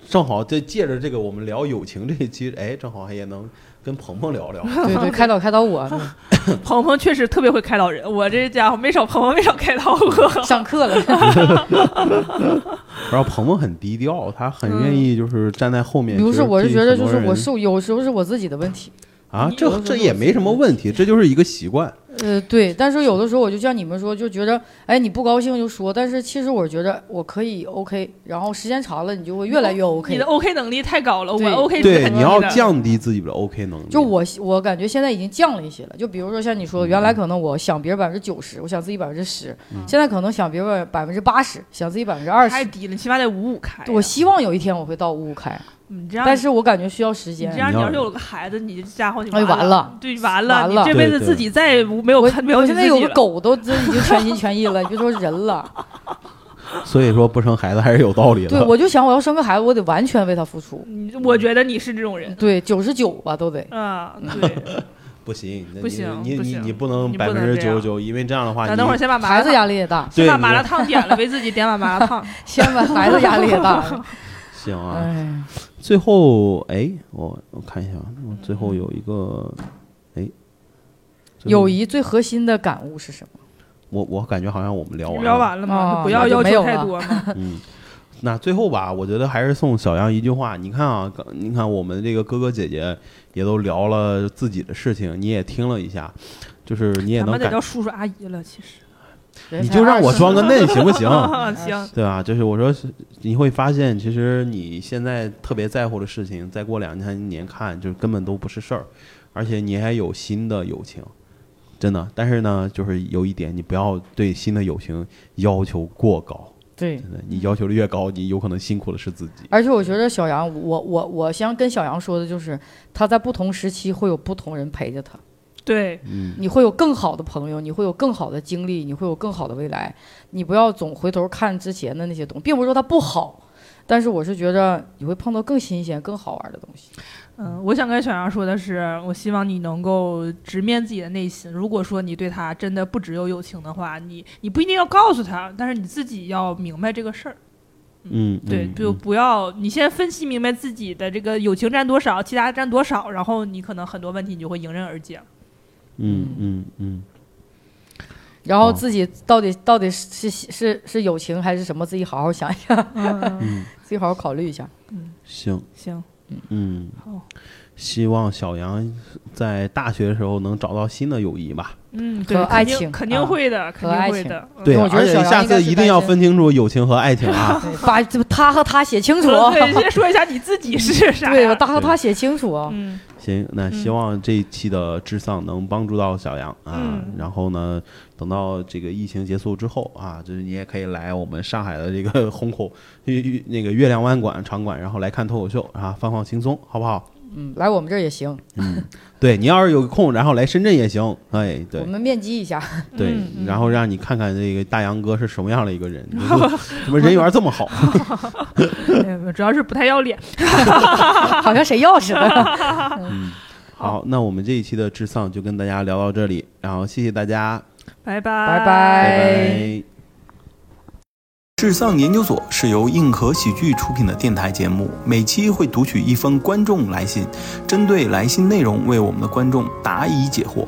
Speaker 2: 正好这借着这个我们聊友情这一期，哎，正好也能跟鹏鹏聊聊。
Speaker 4: 对对，开导开导我，
Speaker 3: 鹏鹏确实特别会开导人，我这家伙没少鹏鹏没少开导我。
Speaker 4: 上课了。
Speaker 2: 然后鹏鹏很低调，他很愿意就是站在后面。
Speaker 4: 嗯比如
Speaker 2: 其实
Speaker 4: 说，我是
Speaker 2: 替
Speaker 4: 觉得
Speaker 2: 很
Speaker 4: 就
Speaker 2: 多
Speaker 4: 是我
Speaker 2: 人
Speaker 4: 受，有时候是我自己的问题。
Speaker 2: 啊，
Speaker 4: 有的
Speaker 2: 这
Speaker 4: 时候
Speaker 2: 这
Speaker 4: 是
Speaker 2: 也
Speaker 4: 我
Speaker 2: 没什么问题，这就是一个习惯。
Speaker 4: 呃，对，但是有的时候我就像你们说，就觉得，哎，你不高兴就说，但是其实我觉得我可以 OK，然后时间长了你就会越来越
Speaker 3: 你
Speaker 4: OK
Speaker 3: 的。OK 能力太高了，我
Speaker 4: 对
Speaker 3: OK 值
Speaker 2: 对，
Speaker 3: 很
Speaker 2: 你
Speaker 3: 低
Speaker 2: 要
Speaker 3: 的。
Speaker 2: 降低自己的 OK 能力。
Speaker 4: 就我我感觉现在已经降了一些了，就比如说像你说的，原来可能我想别人百分之九十，我想自己百分之十，现在可能想别人百分之八十，想自己百分之二
Speaker 3: 太
Speaker 4: 十。
Speaker 3: 低了，你起码得五五开呀。啊
Speaker 4: 我希望有一天我会到五五开，
Speaker 3: 你这样，
Speaker 4: 但是我感觉需要时
Speaker 3: 你
Speaker 4: 间
Speaker 3: 这。样，你
Speaker 2: 你
Speaker 3: 要
Speaker 2: 要
Speaker 3: 是有了个孩子，你这家伙你
Speaker 4: 哎完了，
Speaker 3: 对，完
Speaker 4: 完
Speaker 3: 了，
Speaker 4: 了
Speaker 3: 你这辈
Speaker 2: 对
Speaker 3: 子
Speaker 2: 对
Speaker 3: 自己再也无没有
Speaker 4: 我
Speaker 3: 看没有
Speaker 4: 我
Speaker 3: 你
Speaker 4: 现在
Speaker 3: 自
Speaker 4: 有
Speaker 3: 己
Speaker 4: 个
Speaker 3: 了
Speaker 4: 狗都都已经全心全意了，你别说人了。
Speaker 2: 所以说不生孩子还是有道理的。
Speaker 4: 对，我就想我要生个孩子，我得完全为他付出。
Speaker 3: 你嗯我觉得你是这种人。
Speaker 4: 对，九十九吧都得。
Speaker 3: 啊，对，
Speaker 2: 不行，那
Speaker 3: 不
Speaker 2: 你
Speaker 3: 行
Speaker 2: 你
Speaker 3: 不
Speaker 2: 你
Speaker 3: 行
Speaker 2: 你不能
Speaker 3: 你不
Speaker 2: 百分
Speaker 3: 能
Speaker 2: 之
Speaker 3: 这
Speaker 2: 九
Speaker 3: 样
Speaker 2: 十九，因为这样的话，
Speaker 3: 咱
Speaker 2: 啊你
Speaker 3: 等会儿先把麻辣
Speaker 4: 孩子
Speaker 3: 烫，
Speaker 4: 压力也大，
Speaker 2: 对
Speaker 3: 先把
Speaker 2: 你
Speaker 3: 麻辣烫点了，为自己点碗麻 辣烫。
Speaker 4: 先把孩子压力也大。
Speaker 2: 行啊。
Speaker 4: 哎，
Speaker 2: 最后，哎，我我看一下，我最后有一个，哎，最后
Speaker 4: 嗯友谊最核心的感悟是什么？
Speaker 2: 我我感觉好像我们聊完了。
Speaker 3: 聊完了吗？
Speaker 4: 哦
Speaker 3: 不要
Speaker 4: 那就
Speaker 3: 要
Speaker 4: 没有
Speaker 3: 求太
Speaker 4: 了
Speaker 3: 多嘛。
Speaker 2: 嗯，那最后吧，我觉得还是送小杨一句话。你看啊，刚你看我们这个哥哥姐姐也都聊了自己的事情，你也听了一下，就是 你也
Speaker 3: 咱
Speaker 2: 能
Speaker 3: 们得
Speaker 2: 感
Speaker 3: 叫，叔叔阿姨了，其实。
Speaker 2: 你就让我装 个嫩行不行？
Speaker 3: 啊，
Speaker 4: 嗯
Speaker 3: 行，
Speaker 2: 对吧？就是我说是，你会发现，其实你现在特别在乎的事情，再过两三年看，就是根本都不是事儿，而且你还有新的友情，真的。但是呢，就是有一点，你不要对新的友情要求过高，
Speaker 4: 对。
Speaker 2: 真的，你要求的越高，你有可能辛苦的是自己。
Speaker 4: 而且我觉得小杨，我我我想跟小杨说的就是，他在不同时期会有不同人陪着他，
Speaker 3: 对，
Speaker 2: 嗯，
Speaker 4: 你会有更好的朋友，你会有更好的经历，你会有更好的未来。你不要总回头看之前的那些东西，并不是说他不好，但是我是觉得你会碰到更新鲜、更好玩的东西。
Speaker 3: 嗯，我想跟小杨说的是，我希望你能够直面自己的内心。如果说你对他真的不只有友情的话，你你不一定要告诉他，但是你自己要明白这个事儿。
Speaker 2: 嗯，
Speaker 3: 对，
Speaker 2: 嗯
Speaker 3: 就
Speaker 2: 嗯
Speaker 3: 不要你先分析明白自己的这个友情占多少，其他占多少，然后你可能很多问题你就会迎刃而解。
Speaker 2: 嗯嗯嗯，
Speaker 4: 然后
Speaker 2: 哦
Speaker 4: 自己到底到底是是是是友情还是什么，自己好好想一想，
Speaker 3: 嗯，
Speaker 4: 自己好好考虑一下。
Speaker 2: 行，
Speaker 3: 行，
Speaker 2: 嗯，
Speaker 3: 好，
Speaker 2: 希望小杨在大学的时候能找到新的友谊吧。
Speaker 3: 嗯，对，
Speaker 4: 和
Speaker 3: 肯
Speaker 4: 爱
Speaker 3: 定
Speaker 4: 情
Speaker 3: 肯
Speaker 4: 啊
Speaker 3: 定会的，肯
Speaker 4: 和爱
Speaker 3: 定会
Speaker 4: 情
Speaker 3: 的。嗯
Speaker 2: 对，啊
Speaker 4: 因为我觉得
Speaker 2: 而且
Speaker 4: 小
Speaker 2: 你
Speaker 4: 杨
Speaker 2: 下
Speaker 4: 应该
Speaker 2: 次
Speaker 4: 是
Speaker 2: 一定
Speaker 4: 单
Speaker 2: 要
Speaker 4: 身
Speaker 2: 分清楚友情和爱情 啊。
Speaker 4: 对，把这他和他写清楚。
Speaker 3: 对，先 说一下你自己是啥
Speaker 4: 对，
Speaker 3: 样
Speaker 4: 我大和他写清楚啊。
Speaker 3: 嗯，
Speaker 2: 行，那希
Speaker 3: 嗯
Speaker 2: 望这一期的智丧能帮助到小杨啊。
Speaker 3: 嗯
Speaker 2: 然后呢，等到这个疫情结束之后啊，就是你也可以来我们上海的这个 虹口月月那个月亮湾馆场馆，然后来看脱口秀啊，放放轻松，好不好？嗯
Speaker 4: 嗯，来我们这儿也行，
Speaker 2: 对你要是有空，然后来深圳也行。哎，
Speaker 4: 我
Speaker 2: 对
Speaker 4: 们面基一下。
Speaker 2: 对，
Speaker 3: 嗯嗯
Speaker 2: 然后让你看看这个大杨哥是什么样的一个人， 就是怎么人缘这么好？
Speaker 3: 对主要是不太要脸。
Speaker 4: 好像谁要似 的。
Speaker 2: 好，那我们这一期的智丧就跟大家聊到这里，然后谢谢大家，
Speaker 3: 拜拜，
Speaker 4: 拜
Speaker 2: 拜
Speaker 4: 拜
Speaker 2: 拜。
Speaker 1: 智丧研究所是由硬核喜剧出品的电台节目，每期会读取一封观众来信，针对来信内容为我们的观众答疑解惑。